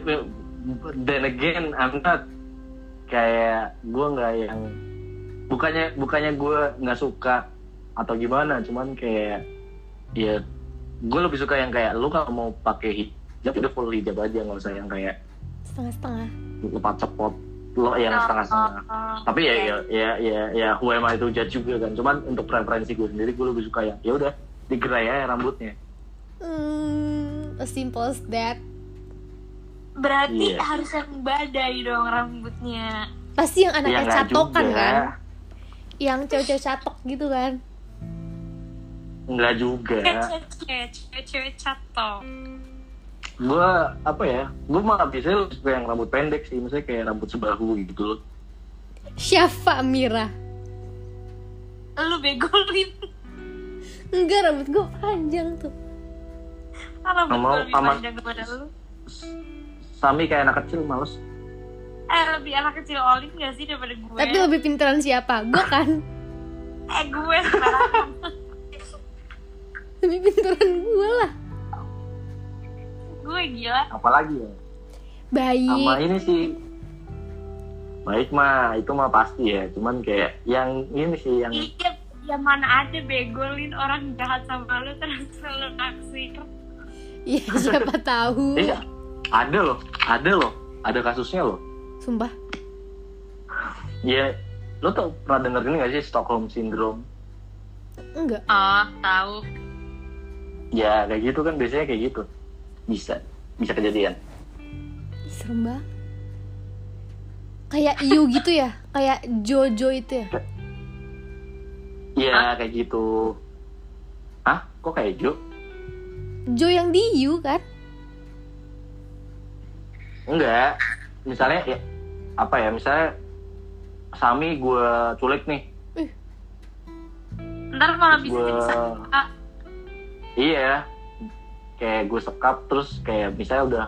S3: then again I'm not kayak gue nggak yang bukannya bukannya gue nggak suka atau gimana cuman kayak ya gue lebih suka yang kayak lu kalau mau pakai hijab udah full hijab aja nggak usah yang kayak
S1: setengah-setengah.
S3: lepas cepot lo yang setengah
S2: Oh,
S3: setengah Ya, tapi ya ya ya ya ya who am I to judge juga kan cuman untuk preferensi gue sendiri gue lebih suka yang ya udah digerai aja rambutnya
S1: Hmm, as simple as that.
S2: Berarti
S3: Iya.
S2: harus yang badai dong rambutnya.
S1: Pasti yang anaknya
S3: Ya nggak
S1: catokan
S3: juga.
S1: kan? Yang cewek-cewek catok gitu kan?
S3: nggak juga
S2: Cewek-cewek cewek catok.
S3: gue apa ya gue malah biasanya lebih suka yang rambut pendek sih misalnya kayak rambut sebahu gitu loh
S1: Syafa Mira.
S2: Lu begolin.
S1: Enggak rambut gue panjang tuh.
S2: Rambut
S3: Ngomong
S2: gua lebih
S3: sama-
S2: panjang daripada lu.
S3: Sami kayak anak kecil males
S2: Eh, lebih anak kecil Olin gak sih daripada gue?
S1: Tapi lebih pinteran siapa? Gue kan.
S2: Eh, gue sekarang.
S1: Lebih pinteran gue lah.
S2: gue gila.
S3: apalagi ya
S1: Baik.
S3: sama ini sih baik mah itu mah pasti ya cuman kayak yang ini sih yang
S2: Iya, ya mana ada begolin orang jahat sama lu terus lu naksir.
S1: Iya siapa tahu.
S3: eh ada loh ada loh ada kasusnya loh
S1: Sumpah.
S3: ya lo tau pernah denger ini gak sih Stockholm Syndrome
S1: Enggak.
S2: Oh, tahu.
S3: ya kayak gitu kan biasanya kayak gitu bisa bisa kejadian
S1: Ih, Serem banget. Kayak Yu gitu ya? Kayak Jojo itu ya?
S3: Iya kayak gitu Hah? kok kayak Jo
S1: Jo yang di Yu kan?
S3: enggak misalnya ya, apa ya misalnya Sami gue culik nih
S2: Ntar malah Ah, bisa
S3: Gua-
S2: jadi sangka.
S3: iya kayak gue sekap terus kayak misalnya udah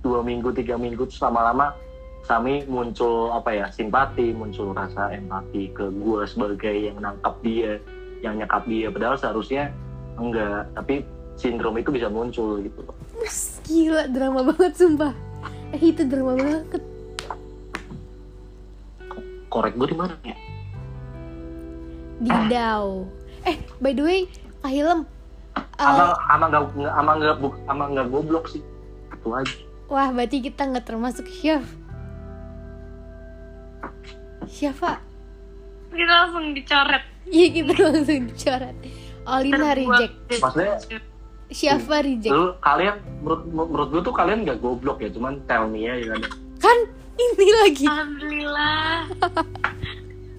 S3: dua minggu tiga minggu terus lama-lama Sami muncul apa ya simpati muncul rasa empati ke gue sebagai yang nangkap dia yang nyekap dia padahal seharusnya enggak tapi sindrom itu bisa muncul gitu loh
S1: Us, Gila drama banget sumpah. Eh itu drama banget.
S3: korek gue di mana ya
S1: Didau. Eh by the way, Kak Hilem. eh,
S3: ama ama nggak ama nggak bu- ama nggak goblok sih itu aja
S1: wah berarti kita nggak termasuk chef. Siapa?
S2: Kita langsung dicoret.
S1: Iya kita langsung dicoret.
S2: Ntar
S1: Olina
S2: Kan gua-
S1: reject.
S3: Maksudnya-
S1: Siapa reject?
S3: Lu- kalian menurut menurut gue tuh kalian nggak goblok ya cuman tell me ya kan
S1: Kan ini lagi.
S2: Alhamdulillah.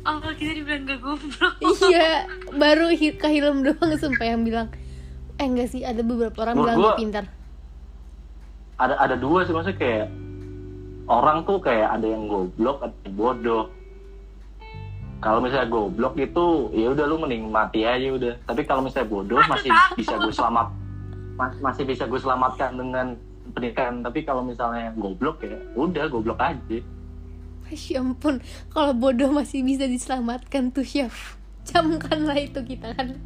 S2: Allah kita dibilang gak goblok.
S1: iya, baru hi- Kak Hilem doang sumpah yang bilang. Eh enggak sih, ada beberapa orang
S3: Menurut
S1: bilang
S3: gua-
S1: gue pintar.
S3: ada ada dua sih maksudnya kayak orang tuh kayak ada yang goblok ada yang bodoh kalau misalnya goblok gitu ya udah lu mending mati aja udah tapi kalau misalnya bodoh masih bisa gue selamat mas- masih bisa gue selamatkan dengan pendidikan tapi kalau misalnya goblok ya udah goblok aja
S1: Ya ampun, kalau bodoh masih bisa diselamatkan tuh chef. Camkanlah itu kita kan.
S2: Eh,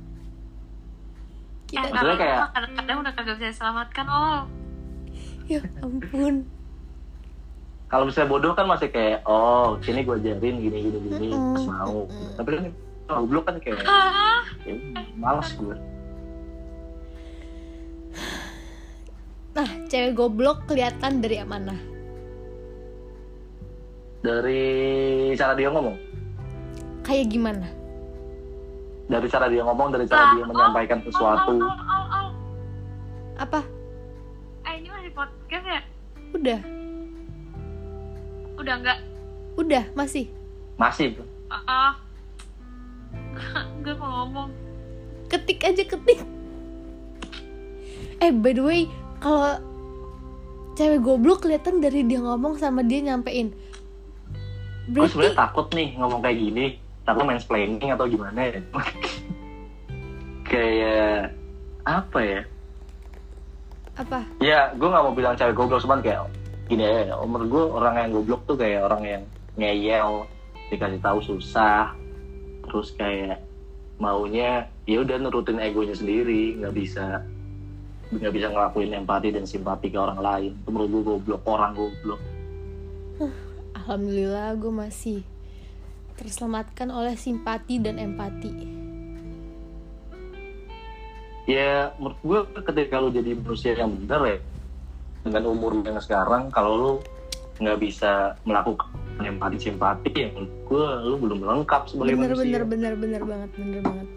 S1: Kita
S3: Iya, Maksudnya
S2: kalau
S3: kayak-
S2: gua kadang-kadang udah kagak bisa diselamatkan, oh.
S1: ya ampun.
S3: kalau misalnya bodoh kan masih kayak oh sini gue ajarin gini gini gini
S1: Mm-mm.
S3: pas mau
S1: Mm-mm.
S3: tapi kan kalau goblok kan kayak
S2: Ah,
S3: ya, malas gue
S1: Nah, cewek goblok kelihatan dari mana?
S3: dari cara dia ngomong
S1: Kayak gimana?
S3: dari cara dia ngomong dari cara
S2: Lah,
S3: dia
S2: oh,
S3: menyampaikan sesuatu
S2: Oh, oh, oh, oh, oh.
S1: Apa?
S2: Eh, ini masih podcast ya?
S1: Udah,
S2: Udah enggak?
S1: udah, masih.
S3: masih
S2: Oh, oh. gue mau ngomong.
S1: Ketik aja ketik. Eh, by the way, kalau cewek goblok kelihatan dari dia ngomong sama dia nyampein.
S3: gue
S1: Berarti
S3: Oh, sebenarnya takut nih ngomong kayak gini takut mansplaining atau gimana ya kayak apa ya
S1: apa?
S3: ya gue nggak mau bilang cewek goblok cuman kayak gini ya umur gue orang yang goblok tuh kayak orang yang ngeyel dikasih tahu susah terus kayak maunya ya udah nurutin egonya sendiri nggak bisa nggak bisa ngelakuin empati dan simpati ke orang lain Itu menurut gue goblok orang goblok
S1: Alhamdulillah gue masih terselamatkan oleh simpati dan empati.
S3: ya menurut gue ketika lu jadi manusia yang benar ya dengan umur lu yang sekarang kalau lu nggak bisa melakukan empati simpati ya menurut gue lu belum lengkap sebagai
S1: Bener
S3: manusia
S1: bener bener bener banget bener banget.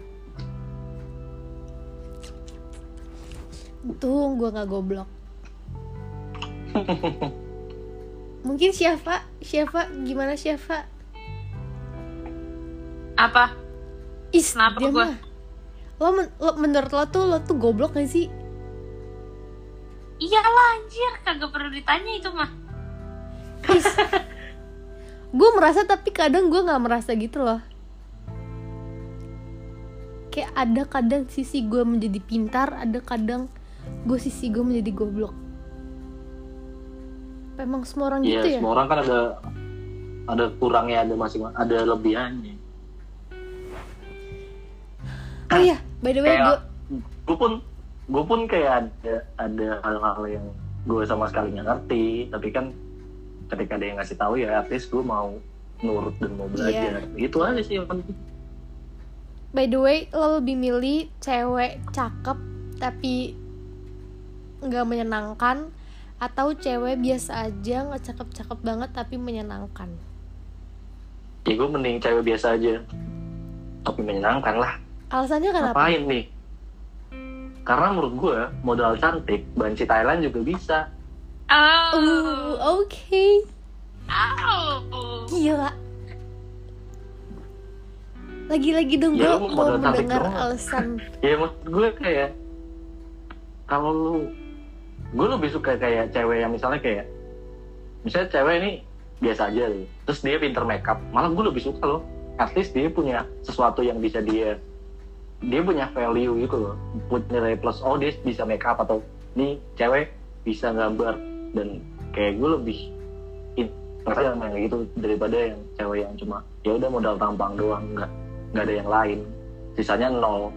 S1: Untung gue nggak goblok. mungkin Syafa Syafa gimana Syafa
S2: Apa?
S1: is
S2: Kenapa
S1: dia
S2: gua?
S1: mah lo, men- lo menurut lo tuh lo tuh goblok gak sih
S2: Iyalah anjir, kagak perlu ditanya itu mah.
S1: gue merasa tapi kadang gue nggak merasa gitu loh kayak ada kadang sisi gue menjadi pintar ada kadang gue sisi gue menjadi goblok memang semua orang
S3: Iya,
S1: gitu ya
S3: semua orang kan ada ada kurangnya ada masing ada lebihannya.
S1: oh iya by the way gue
S3: Kayak gue pun gue pun kayak ada ada hal-hal yang gue sama sekali nggak ngerti, tapi kan ketika ada yang ngasih tahu ya at least gue mau nurut dan
S1: Iya.
S3: mau belajar. Gitu aja sih yang penting.
S1: by the way lo lebih milih cewek cakep tapi nggak menyenangkan atau cewek biasa aja nggak cakep-cakep banget tapi menyenangkan
S3: Ya gue mending cewek biasa aja, tapi menyenangkan lah.
S1: alasannya kenapa
S3: Ngapain nih? Karena menurut gue modal cantik banci Thailand juga bisa.
S2: Oh.
S1: Oh, oke Iya,
S2: Ow.
S1: Gila Lagi-lagi dong gue
S3: Ya, lu
S1: mau
S3: modal cantik
S1: mendengar
S3: doang.
S1: alasan
S3: Ya maksud gue kayak kalau lu gue lebih suka kayak cewek yang misalnya kayak misalnya cewek ini biasa aja nih. Terus dia pinter makeup, malah gue lebih suka loh. At least dia punya sesuatu yang bisa dia dia punya value gitu loh. Put nilai plus oh dia bisa makeup atau nih cewek bisa gambar dan kayak gue lebih Tapi yang kayak gitu daripada yang cewek yang cuma ya udah modal tampang doang nggak nggak ada yang lain sisanya nol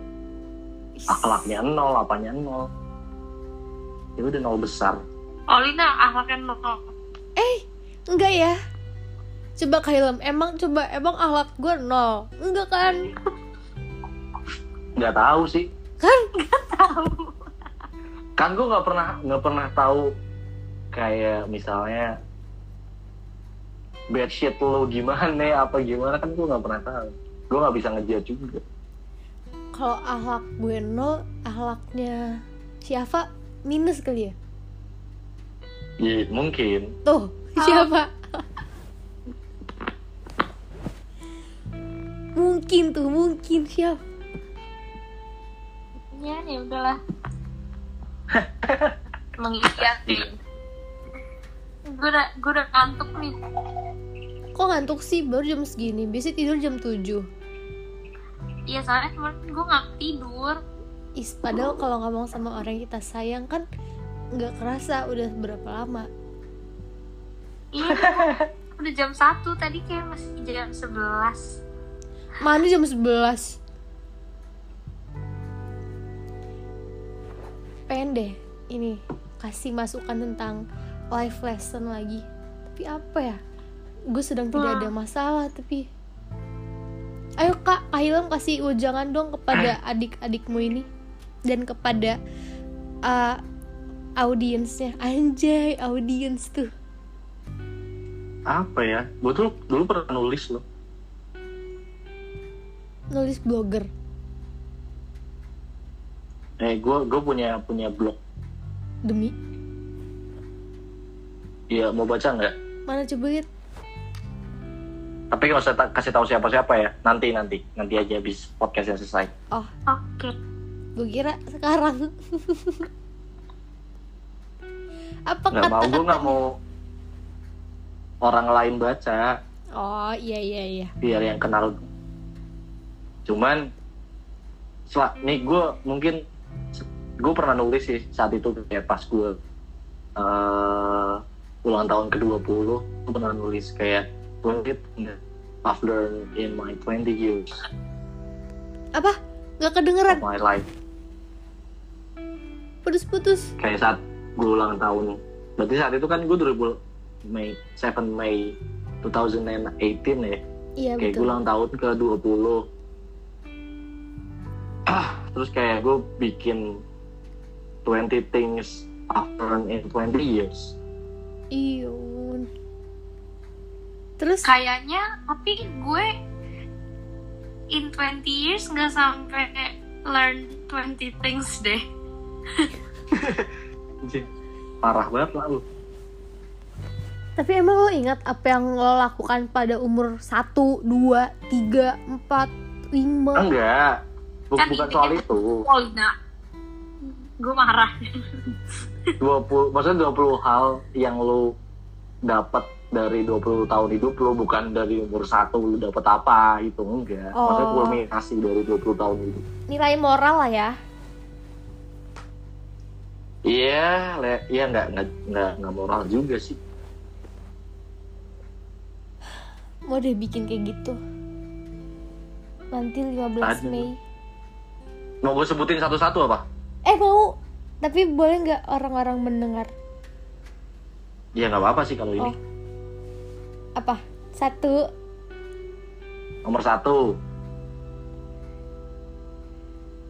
S3: akhlaknya nol apanya nol itu udah nol besar
S2: Olina akhlaknya nol.
S1: Enggak ya Coba Kailem, emang coba emang akhlak gue nol Enggak kan
S3: nggak tahu sih
S1: Kan?
S3: kan gue nggak pernah nggak pernah tahu kayak misalnya bad shit lo gimana apa gimana kan gue nggak pernah tahu gue nggak bisa ngejar juga
S1: Kalau akhlak gue nol, akhlaknya siapa minus kali ya
S3: Iya, mungkin
S1: Tuh, siapa? mungkin tuh, mungkin siapa
S2: Ya, ya udahlah. Emang iya sih. Gue udah, gue udah ngantuk nih.
S1: Kok ngantuk sih baru jam segini, biasanya tidur jam 7
S2: Iya soalnya kemarin gue nggak tidur.
S1: Is, padahal kalau ngomong sama orang yang kita sayang kan nggak kerasa udah berapa lama
S2: Iya. udah jam 1 tadi kayak masih jam 11
S1: mana jam 11 pengen deh ini kasih masukan tentang life lesson lagi tapi apa ya gue sedang tidak ada masalah tapi ayo kak Kak Ilham kasih ujangan dong kepada adik-adikmu ini dan kepada uh, audiensnya anjay audiens tuh
S3: apa ya gue tuh dulu pernah nulis loh
S1: nulis blogger
S3: eh gue gue punya punya blog
S1: demi
S3: ya mau baca nggak
S1: mana coba lihat
S3: tapi nggak usah ta- kasih tahu siapa-siapa ya nanti nanti nanti aja habis podcastnya selesai
S1: oh
S2: oke
S1: gue kira sekarang apa
S3: nggak mau gue
S1: kata-kata
S3: nggak mau orang lain baca
S1: oh iya iya iya
S3: biar yang kenal cuman setelah nih gue mungkin gue pernah nulis sih saat itu kayak pas gue eh, ulang tahun ke 20 gue pernah nulis kayak what did I've learned in my 20 years
S1: apa nggak kedengeran
S3: of my life
S1: putus-putus
S3: kayak saat gue ulang tahun berarti saat itu kan gue 2000 Mei 7 Mei 2018
S1: iya
S3: ya kayak gue
S1: betul
S3: ulang tahun ke 20 ah terus kayak gue bikin 20 things I've learned in 20 years
S1: Iyun terus
S2: kayaknya tapi gue in 20 years nggak sampai learn 20 things deh
S3: parah banget lah lu
S1: Tapi emang lo ingat apa yang lo lakukan pada umur 1, 2, 3, 4, 5
S3: Enggak. Bu-
S2: Kan
S3: bukan
S2: intinya-
S3: soal itu.
S2: Oh, nah. Gue marah.
S3: 20, maksudnya 20 hal yang lu dapat dari 20 tahun hidup lu bukan dari umur satu lu dapat apa itu enggak. Maksudnya
S1: Oh.
S3: kulminasi dari 20 tahun hidup.
S1: Nilai moral lah ya
S3: Iya, le- iya nggak nggak nggak nggak moral juga sih.
S1: Mau deh bikin kayak gitu Nanti 15
S3: Aduh.
S1: Mei
S3: Mau gue sebutin satu-satu apa?
S1: Eh mau Tapi boleh nggak orang-orang mendengar
S3: Ya nggak apa-apa sih kalau ini.
S1: Oh. Apa? Satu
S3: Nomor satu,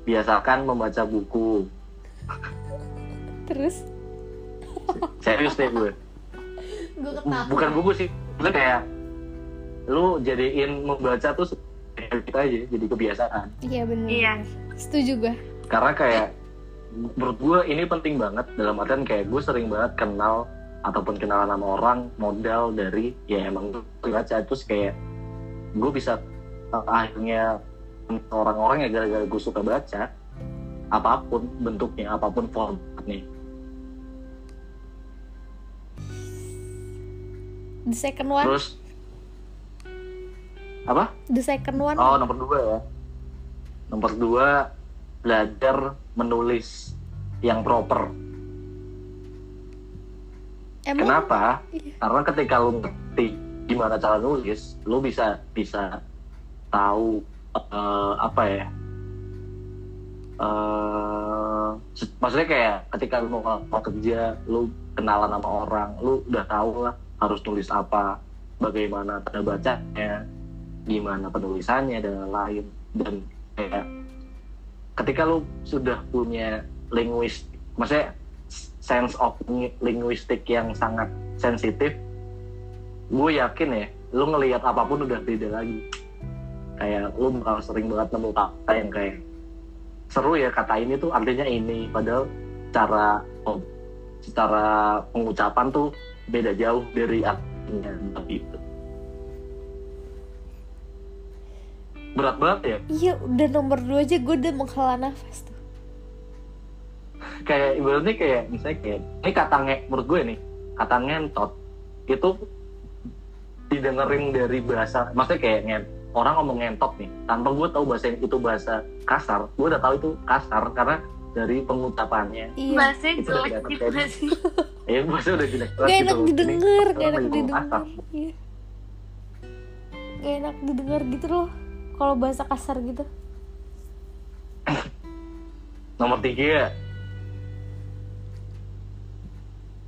S3: biasakan membaca buku.
S1: Terus
S3: Serius deh gue.
S1: Gue ketawa
S3: bukan buku sih maksudnya kayak lu jadiin membaca tuh kita aja jadi kebiasaan
S1: Iya bener
S2: Iya.
S1: Setuju gue
S3: karena kayak menurut gue ini penting banget dalam artian kayak gue sering banget kenal ataupun kenalan sama orang modal dari ya emang gue baca terus kayak gue bisa uh, akhirnya orang-orang ya gara-gara gue suka baca apapun bentuknya apapun formatnya
S1: The second one
S3: terus apa
S1: The second one
S3: Oh nomor dua ya. Nomor dua belajar menulis yang proper.
S1: Emang
S3: Kenapa?
S1: Iya.
S3: Karena ketika lu ngerti gimana cara nulis, lu bisa bisa tahu eh, apa ya? Eh, se- maksudnya kayak ketika lu mau, mau kerja, lu kenalan sama orang, lu udah tahu lah harus nulis apa, bagaimana tanda bacanya, gimana penulisannya dan lain dan kayak ketika lu sudah punya linguist, maksudnya sense of lingu- linguistik yang sangat sensitif gue yakin ya lu ngelihat apapun udah beda lagi kayak lu bakal sering banget nemu kata yang kayak seru ya kata ini tuh artinya ini padahal cara oh, secara pengucapan tuh beda jauh dari artinya gitu berat banget ya
S1: Iya udah nomor dua aja gue udah menghela nafas tuh
S3: kayak ibaratnya kayak misalnya kayak ini kata nge, menurut gue nih kata ngentot itu didengerin dari bahasa maksudnya kayak nge, orang ngomong ngentot nih tanpa gue tahu bahasa itu bahasa kasar gue udah tahu itu kasar karena dari pengucapannya
S1: Iya
S2: Bahasanya
S3: Itu
S2: jelek
S3: kelihatan
S2: gitu
S3: kayak
S2: sih.
S3: ya bahasa udah jelek
S1: Gak
S3: banget
S1: enak
S3: gitu. Ini
S1: didengar Gak
S3: orang
S1: enak
S3: lagi ngomong
S1: didengar
S3: kasar.
S1: Iya Gak enak didengar gitu loh kalau bahasa kasar gitu
S3: nomor tiga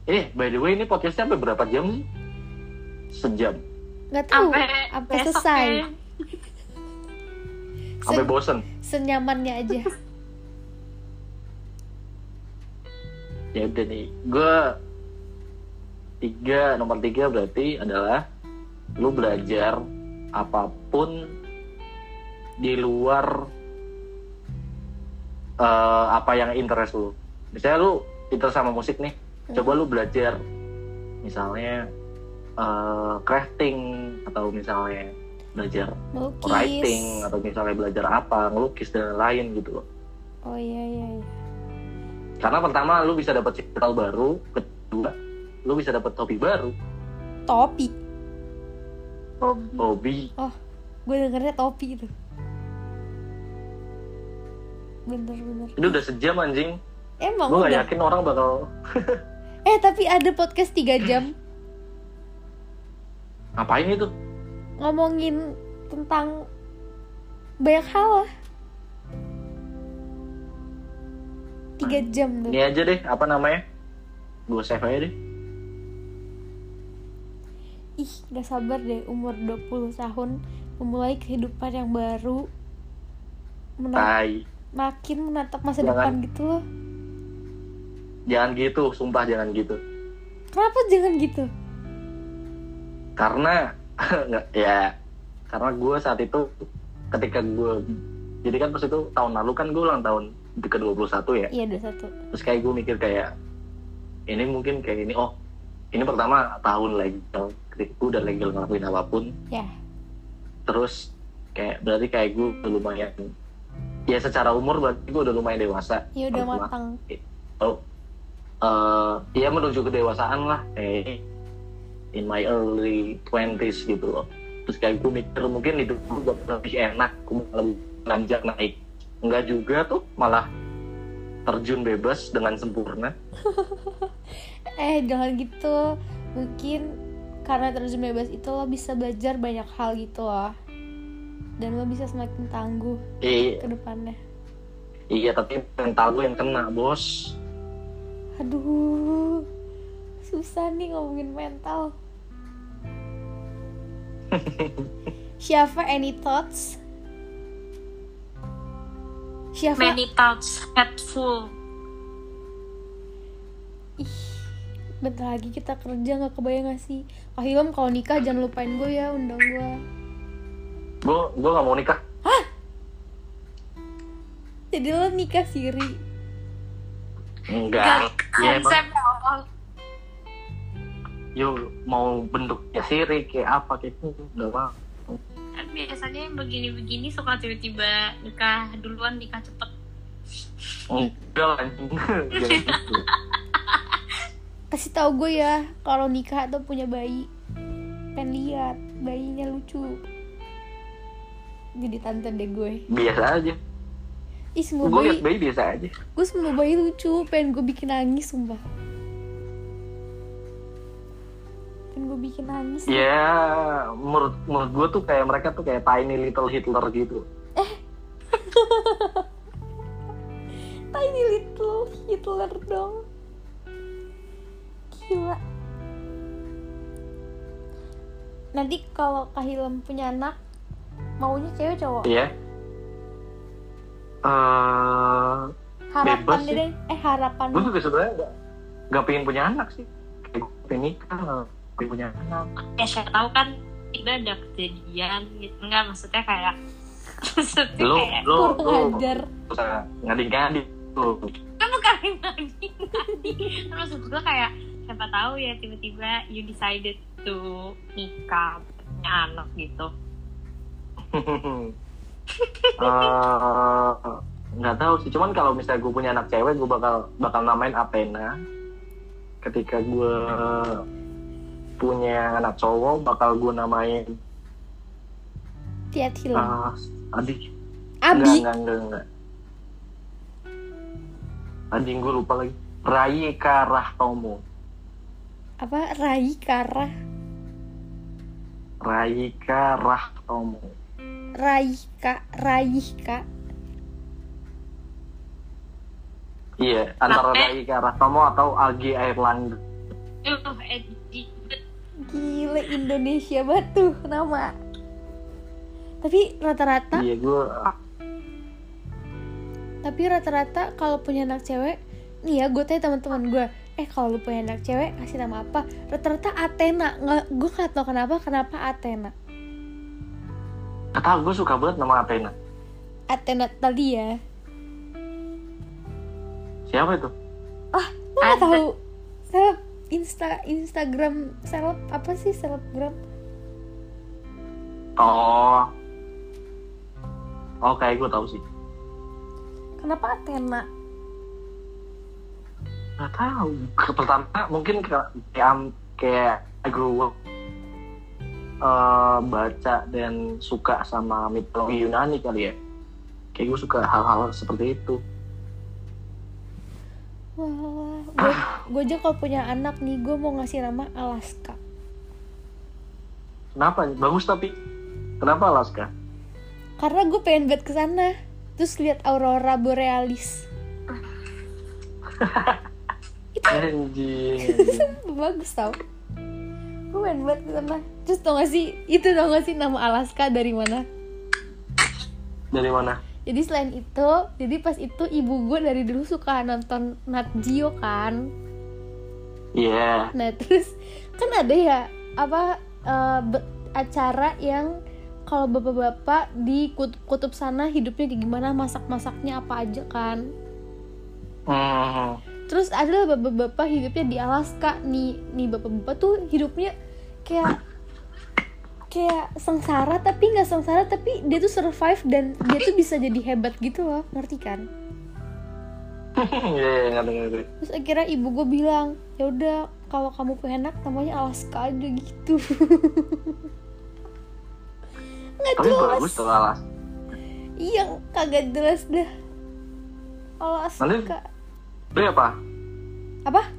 S3: eh by the way ini podcastnya sampai berapa jam sih sejam
S1: Gak tahu
S2: Sampai
S1: apa
S2: besok
S1: selesai
S2: ya.
S3: sampai
S1: Se-
S3: bosen
S1: senyamannya aja
S3: ya udah nih gue tiga nomor tiga berarti adalah lu belajar apapun di luar eh, apa yang interest lu misalnya lu interest sama musik nih coba lu belajar misalnya eh, crafting atau misalnya belajar writing
S1: melukis
S3: atau misalnya belajar apa ngelukis dan lain gitu loh
S1: oh iya iya iya
S3: karena pertama lu bisa dapat circle baru kedua lu bisa dapat hobi baru
S1: topi
S3: hobi
S1: gue dengernya topi itu bener bener
S3: itu udah sejam anjing
S1: emang
S3: gue
S1: Oh,
S3: gak
S1: udah
S3: yakin orang bakal
S1: eh tapi ada podcast 3 jam
S3: ngapain itu
S1: ngomongin tentang banyak hal lah tiga jam tuh
S3: ini aja deh apa namanya gue save aja deh
S1: ih gak sabar deh umur 20 tahun memulai kehidupan yang baru Mena-
S3: tai
S1: makin menatap masa
S3: Ah. Jangan.
S1: depan gitu loh
S3: jangan gitu sumpah jangan gitu
S1: kenapa jangan gitu
S3: karena nggak ya karena gue saat itu ketika gue jadi kan pas itu tahun lalu kan gue ulang tahun ke 21 ya
S1: iya udah satu
S3: terus kayak gue mikir kayak ini mungkin kayak ini oh ini pertama tahun legal ketika gue udah legal ngelakuin apapun
S1: Ya.
S3: terus kayak berarti kayak gue udah lumayan ya secara umur berarti gue udah lumayan dewasa
S1: Ya udah
S3: Pertama.
S1: matang.
S3: Eh, ya menuju kedewasaan lah kayak in my early 20s gitu loh terus kayak gue mikir mungkin hidup gue bakal lebih enak gue bakal lebih nanjak naik enggak juga tuh malah terjun bebas dengan sempurna
S1: Eh jangan gitu. Mungkin karena terjun bebas itu lo bisa belajar banyak hal gitu loh. Dan lo bisa semakin tangguh
S3: I-
S1: ke depannya.
S3: iya tapi mental gue yang kena bos
S1: Aduh. Susah nih ngomongin mental. Syafa, any thoughts? Syafa,
S2: Many thoughts head full.
S1: Ih, bentar lagi kita kerja nggak kebayang gak sih? Kak Ilham kalau nikah jangan lupain gue ya undang gue.
S3: gue gue nggak mau nikah
S1: Jadi lo nikah siri.
S3: enggak
S2: Dari
S3: ya emang
S2: konsep awal.
S3: yo mau bentuknya sirik kayak apa kayak gitu enggak mau
S2: Kan biasanya yang begini-begini suka tiba-tiba nikah duluan nikah cepet.
S3: enggak lah, anjing Jangan gitu.
S1: Kasih tahu gue ya kalau nikah tuh punya bayi. Pengen lihat bayinya lucu. Jadi tante deh gue.
S3: biasa aja
S1: Ih semua
S3: gue liat
S1: bayi,
S3: bayi biasa aja
S1: gue semua bayi lucu. Pengen gue bikin nangis sumpah. Pengen gue bikin nangis.
S3: ya menurut menurut gue tuh kayak mereka tuh kayak tiny little Hitler gitu
S1: Tiny little Hitler dong. Gila. Nanti kalau Kak Hilem punya anak, maunya cewek cowok.
S3: ya Eh,
S1: Harapan
S3: bebas
S1: deh,
S3: sih.
S1: deh. eh harapan.
S3: gue juga sebenarnya nggak nggak pengen punya anak sih kayak gue pengen nikah nggak pengen punya anak
S2: Ya saya tahu kan tiba ada kejadian gitu. Enggak maksudnya kayak maksudnya
S3: lo
S2: kayak
S3: lo
S1: Kurang
S3: lo
S1: ajar.
S3: usah ngading ngading tuh
S2: kan bukan ngading ngading maksud gue kayak siapa tahu ya tiba-tiba you decided to nikah punya anak gitu
S3: Eh, nggak tahu sih cuman kalau misalnya gue punya anak cewek gue bakal bakal namain Apena ketika gue punya anak cowok bakal gue namain
S1: Tiat Hilem.
S3: ah adik
S1: Abi.
S3: enggak enggak enggak anjing gue lupa lagi Rayika Rahtomo
S1: Apa? Rai Kara.
S3: Rayika Rahtomo
S1: Rai Kak. Rai Kak.
S3: iya antara
S2: Apa?
S3: Rayika Rahtomo atau Algi Airlangga
S2: uh Edi
S1: Gila Indonesia batu nama. Tapi rata-rata
S3: iya gue
S1: tapi rata-rata kalau punya anak cewek nih ya gue tanya teman-teman gue eh kalau lu punya anak cewek kasih nama apa rata-rata Athena nggak gue nggak tau kenapa kenapa Athena
S3: gak tau gue suka banget nama Apena
S1: Athena tadi ya
S3: siapa itu
S1: gue nggak tahu seleb insta Instagram seleb apa sih selebgram
S3: Oh. Oh, kayak gue tahu sih.
S1: kenapa Athena
S3: Gak tahu. Ke- Pertama, mungkin ke- kayak am- kayak I grew up eh, baca dan suka sama mitologi Yunani kali ya. Kayak gue suka hal-hal seperti itu.
S1: wah gue gue aja kalau punya anak nih gue mau ngasih nama Alaska
S3: Kenapa? Bagus tapi kenapa Alaska?
S1: karena gue pengen banget kesana terus lihat aurora borealis
S3: Anjing.
S1: bagus tau gue main banget ke sana terus tau gak sih itu tau gak sih nama Alaska dari mana
S3: Dari mana?
S1: jadi selain itu jadi pas itu ibu gue dari dulu suka nonton Nat Geo kan
S3: Iya.
S1: nah terus kan ada ya apa eh, be- acara yang kalau bapak-bapak di kutub-kutub sana hidupnya kayak gimana masak-masaknya apa aja kan
S3: Hmm.
S1: terus ada bapak-bapak hidupnya di Alaska nih nih bapak-bapak tuh hidupnya kayak kayak sengsara tapi nggak sengsara tapi dia tuh survive dan dia tuh bisa jadi hebat gitu loh ngerti kan
S3: Iya, iya, ngerti, ngerti.
S1: terus akhirnya ibu gue bilang ya udah kalau kamu pengen enak namanya Alaska aja gitu nggak
S3: Tapi
S1: jelas
S3: bagus tuh alas.
S1: iya kagak jelas dah Alaska
S3: Nanti- Dia apa?
S1: apa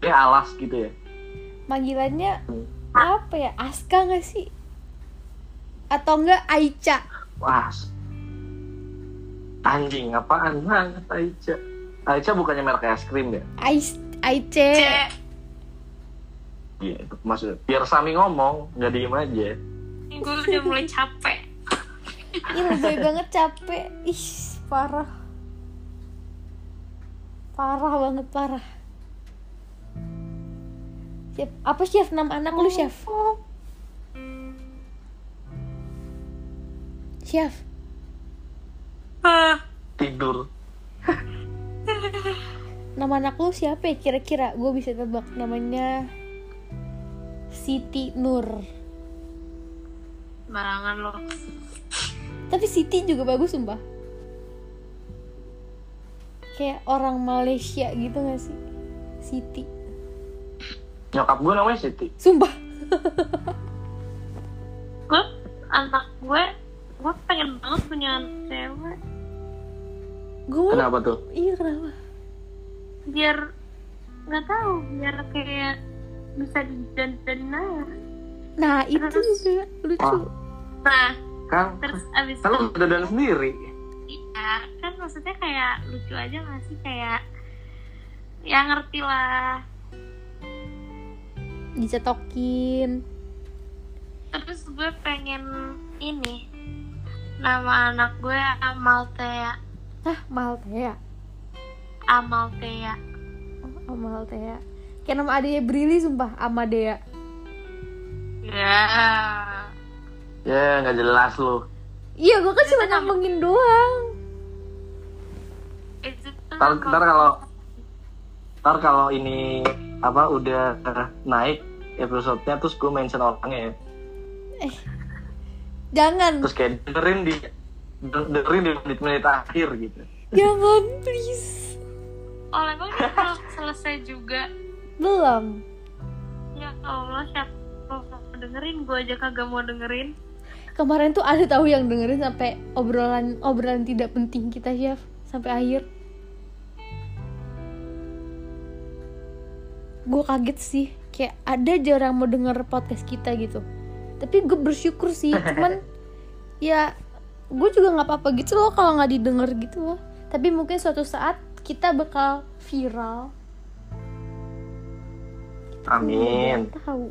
S3: Dia alas gitu ya.
S1: panggilannya apa ya Aska nggak sih atau enggak Aica
S3: Wah. s- Anjing, apaan Nah, banget Aica? Aica bukannya merek es krim ya?
S1: Ais Aice
S2: Cek,
S3: Iya, itu maksudnya. Biar Sami ngomong, nggak diem aja.
S2: gue udah mulai capek.
S1: Ih lebay banget capek Ih parah Parah banget parah Chef, Apa chef? Nama anak lu chef? Chef
S2: Ah,
S3: Tidur.
S1: Nama anak lu siapa ya kira-kira? Gue bisa tebak namanya Siti Nur
S2: barangan lo.
S1: Tapi Siti juga bagus sumpah Kayak orang Malaysia gitu gak sih? Siti
S3: Nyokap gue namanya Siti.
S1: Sumpah
S2: Gue anak gue, gue pengen banget punya anak cewek.
S1: Gue
S3: Kenapa tuh?
S1: Iya kenapa?
S2: Biar nggak tahu, biar kayak bisa didandanin aja.
S1: Nah itu
S2: Terus?
S1: juga lucu
S3: Ah.
S2: Nah,
S3: Kan,
S2: terus abis
S3: kan lu udah dan sendiri.
S2: Iya, kan maksudnya kayak lucu aja gak sih kayak ya ngerti lah
S1: Dicetokin
S2: terus gue pengen ini nama anak gue Amaltea
S1: Hah Maltea
S2: Amaltea
S1: oh, Maltea Kayak nama adanya Brili sumpah Amadea
S2: ya
S3: Ya, nggak jelas lu.
S1: Iya gue kan cuma
S2: Itu nama-
S1: ngomongin doang
S2: itu tuh
S3: Ntar,
S2: nama-
S3: ntar kalau ntar kalau ini apa udah naik episode-nya terus gue mention orangnya ya.
S1: Jangan
S3: Terus kayak dengerin di dengerin di menit-menit akhir gitu.
S1: Jangan Ya please
S2: oh emang itu belum selesai juga
S1: Belum
S2: ya Allah siapa mau dengerin gue aja kagak mau dengerin
S1: Kemarin tuh ada tahu yang dengerin sampai obrolan obrolan tidak penting kita chef sampai akhir. Gue kaget sih, kayak ada aja orang mau denger podcast kita gitu. Tapi gue bersyukur sih, cuman ya gue juga nggak apa-apa gitu loh kalau nggak didengar gitu loh. Tapi mungkin suatu saat kita bakal viral.
S3: Amin.
S1: Nggak Tahu.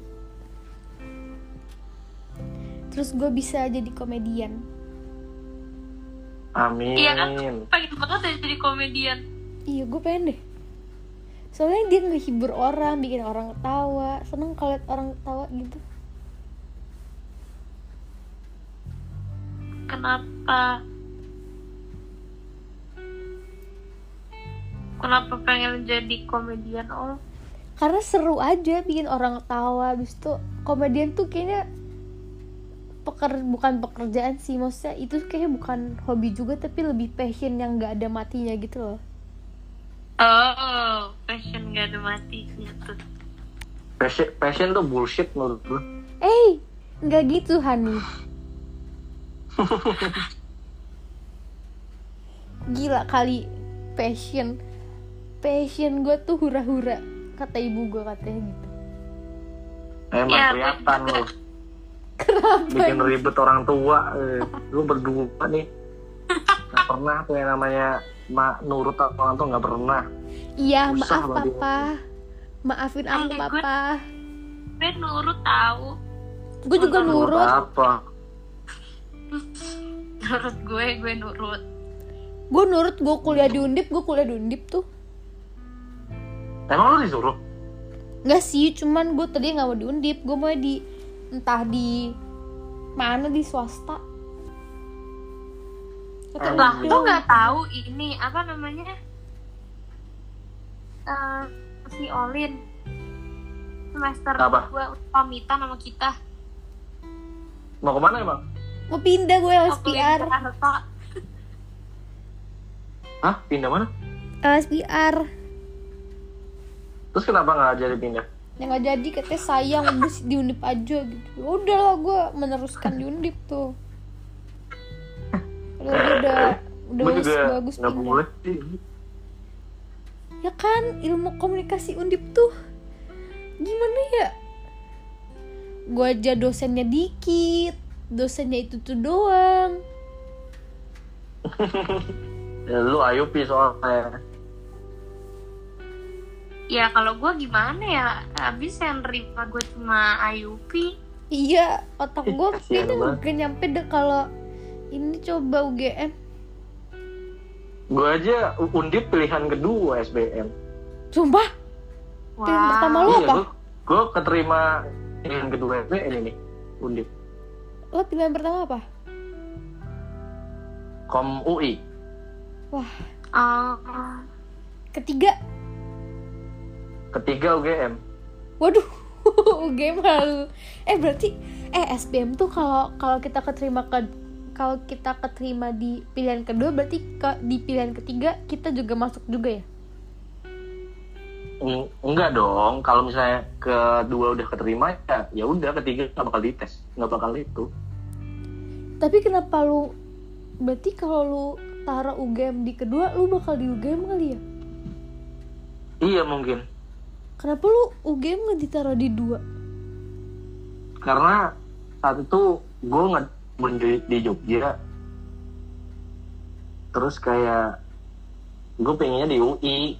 S1: Terus gue bisa jadi komedian.
S3: Amin.
S2: iya kan pengen banget ya jadi komedian
S1: Iya gue pengen deh Soalnya dia ngehibur orang, bikin orang ketawa Seneng kalau liat orang ketawa gitu
S2: kenapa kenapa pengen jadi komedian oh
S1: Karena seru aja bikin orang ketawa Abis itu komedian tuh kayaknya peker, Bukan pekerjaan sih Maksudnya itu kayaknya bukan hobi juga Tapi lebih passion yang gak ada matinya gitu loh
S2: oh passion gak ada matinya tuh
S3: Passion, passion tuh bullshit menurut gue.
S1: Eh, nggak gitu Hani Gila kali passion Passion gue tuh hura-hura Kata ibu gue katanya gitu
S3: Emang
S2: Iya,
S3: kelihatan
S2: bener.
S3: lu
S1: Kenapa?
S3: bikin ribet orang tua. eh. Lu berdua nih. Gak pernah tuh yang namanya ma nurut orang tuh nggak pernah.
S1: Iya,
S3: Susah
S1: maaf
S3: loh dia.
S1: papa. Maafin aku
S2: Eh, gue-
S1: papa.
S2: gue nurut tahu
S1: Gue juga
S2: Nurut
S3: Nurut
S1: nurut.
S3: apa?
S2: nurut gue gue nurut
S1: Gue nurut, gue kuliah di Undip, gue kuliah di Undip tuh.
S3: Emang lu disuruh?
S1: Enggak sih, cuman gue tadi nggak mau di Undip, gue mau di entah di mana di swasta. Kata
S3: Eh,
S2: lah
S1: Undip.
S2: lo nggak tahu ini apa namanya eh, si Olin semester
S3: Apa?
S2: 2 pamitan sama kita
S3: Mau kemana emang?
S1: Mau pindah gue
S2: waktu
S1: LSPR.
S2: Jakarta
S3: Hah? Pindah mana?
S1: LSPR.
S3: Terus kenapa nggak jadi pindah?
S1: Yang gak jadi katanya sayang udah di Undip aja gitu. Ya Udahlah gue meneruskan di Undip tuh. Udah udah udah
S3: Gua
S1: bagus,
S3: juga
S1: bagus
S3: nggak
S1: pindah.
S3: boleh sih.
S1: Ya kan ilmu komunikasi Undip tuh gimana ya? Gue aja dosennya dikit, dosennya itu tuh doang.
S3: Ya, lu ayupi soalnya.
S2: ya kalau gue gimana ya habis yang nerima gue cuma Ayupi
S1: Iya, otak gue
S3: Kasihan
S1: kayaknya
S3: banget.
S1: nggak nyampe deh kalau ini coba UGM.
S3: Gue aja u- undip pilihan kedua SBM.
S1: Sumpah, pilihan pertama lo apa?
S3: gue gue Iya, keterima pilihan kedua SBM ini undip
S1: Lo pilihan pertama apa?
S3: kom UI.
S2: Ah,
S1: Ketiga.
S3: Ketiga UGM.
S1: Waduh, UGM malu. Eh berarti eh SBM tuh kalau kalau kita keterima ke kalau kita keterima di pilihan kedua berarti ke, di pilihan ketiga kita juga masuk juga ya?
S3: Eng- enggak dong kalau misalnya kedua udah keterima ya ya udah ketiga nggak bakal dites nggak bakal itu
S1: Tapi kenapa lu berarti kalau lu taruh UGM di kedua lu bakal di UGM kali ya?
S3: iya mungkin
S1: Kenapa lu UGM nggak ditaruh di dua?
S3: karena saat itu gue nggak menjerit di Jogja terus kayak gue pengennya di UI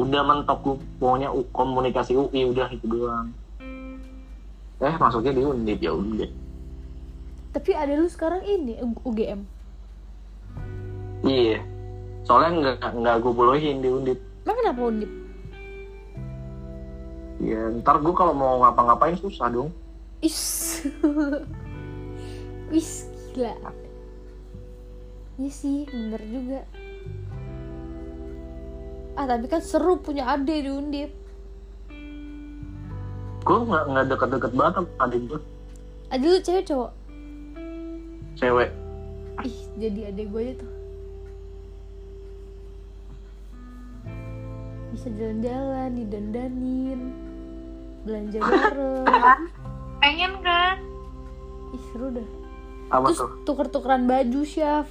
S3: udah mentok gue maunya U- komunikasi UI udah itu doang eh masuknya di Undip ya udah
S1: Tapi ada lu sekarang ini U- UGM.
S3: iya soalnya nggak nggak gue bolehin di Undip
S1: Emang kenapa Undip?
S3: ya ntar gue kalau mau ngapa-ngapain susah dong
S1: Is. Wis gila. Iya sih, bener juga. Ah, tapi kan seru punya ade di Undip.
S3: gue nggak nggak deket-deket banget sama adik gue
S1: Ade lu cewek cowok?
S3: cewek
S1: Ih, jadi ade gue aja tuh. Bisa jalan-jalan, didandanin, belanja bareng.
S2: kan pengen kan
S1: Ih, seru dah.
S3: apa
S1: Terus
S3: tuh
S1: tuker-tukeran baju, Syaf.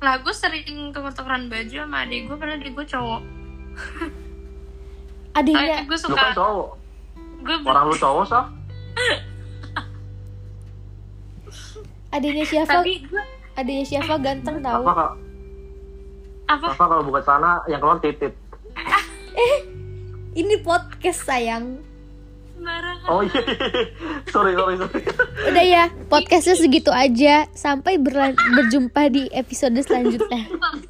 S2: lah gue sering tuker-tukeran baju sama adik gue padahal adik gue cowok
S1: Adeknya Iya.
S2: Adik gue
S3: lu kan
S2: suka
S3: cowok
S2: gue
S3: orang lu cowok sah
S1: adiknya siapa?
S2: tapi gue
S1: Adiknya siapa ganteng tahu?
S3: apa kak
S2: apa
S3: apa kalau bukan sana yang keluar titit
S1: Ini podcast sayang.
S2: sembarangan
S3: oh iya sorry sorry sorry
S1: Udah ya, podcastnya segitu aja. Sampai berlan- berjumpa di episode selanjutnya.
S2: Bang.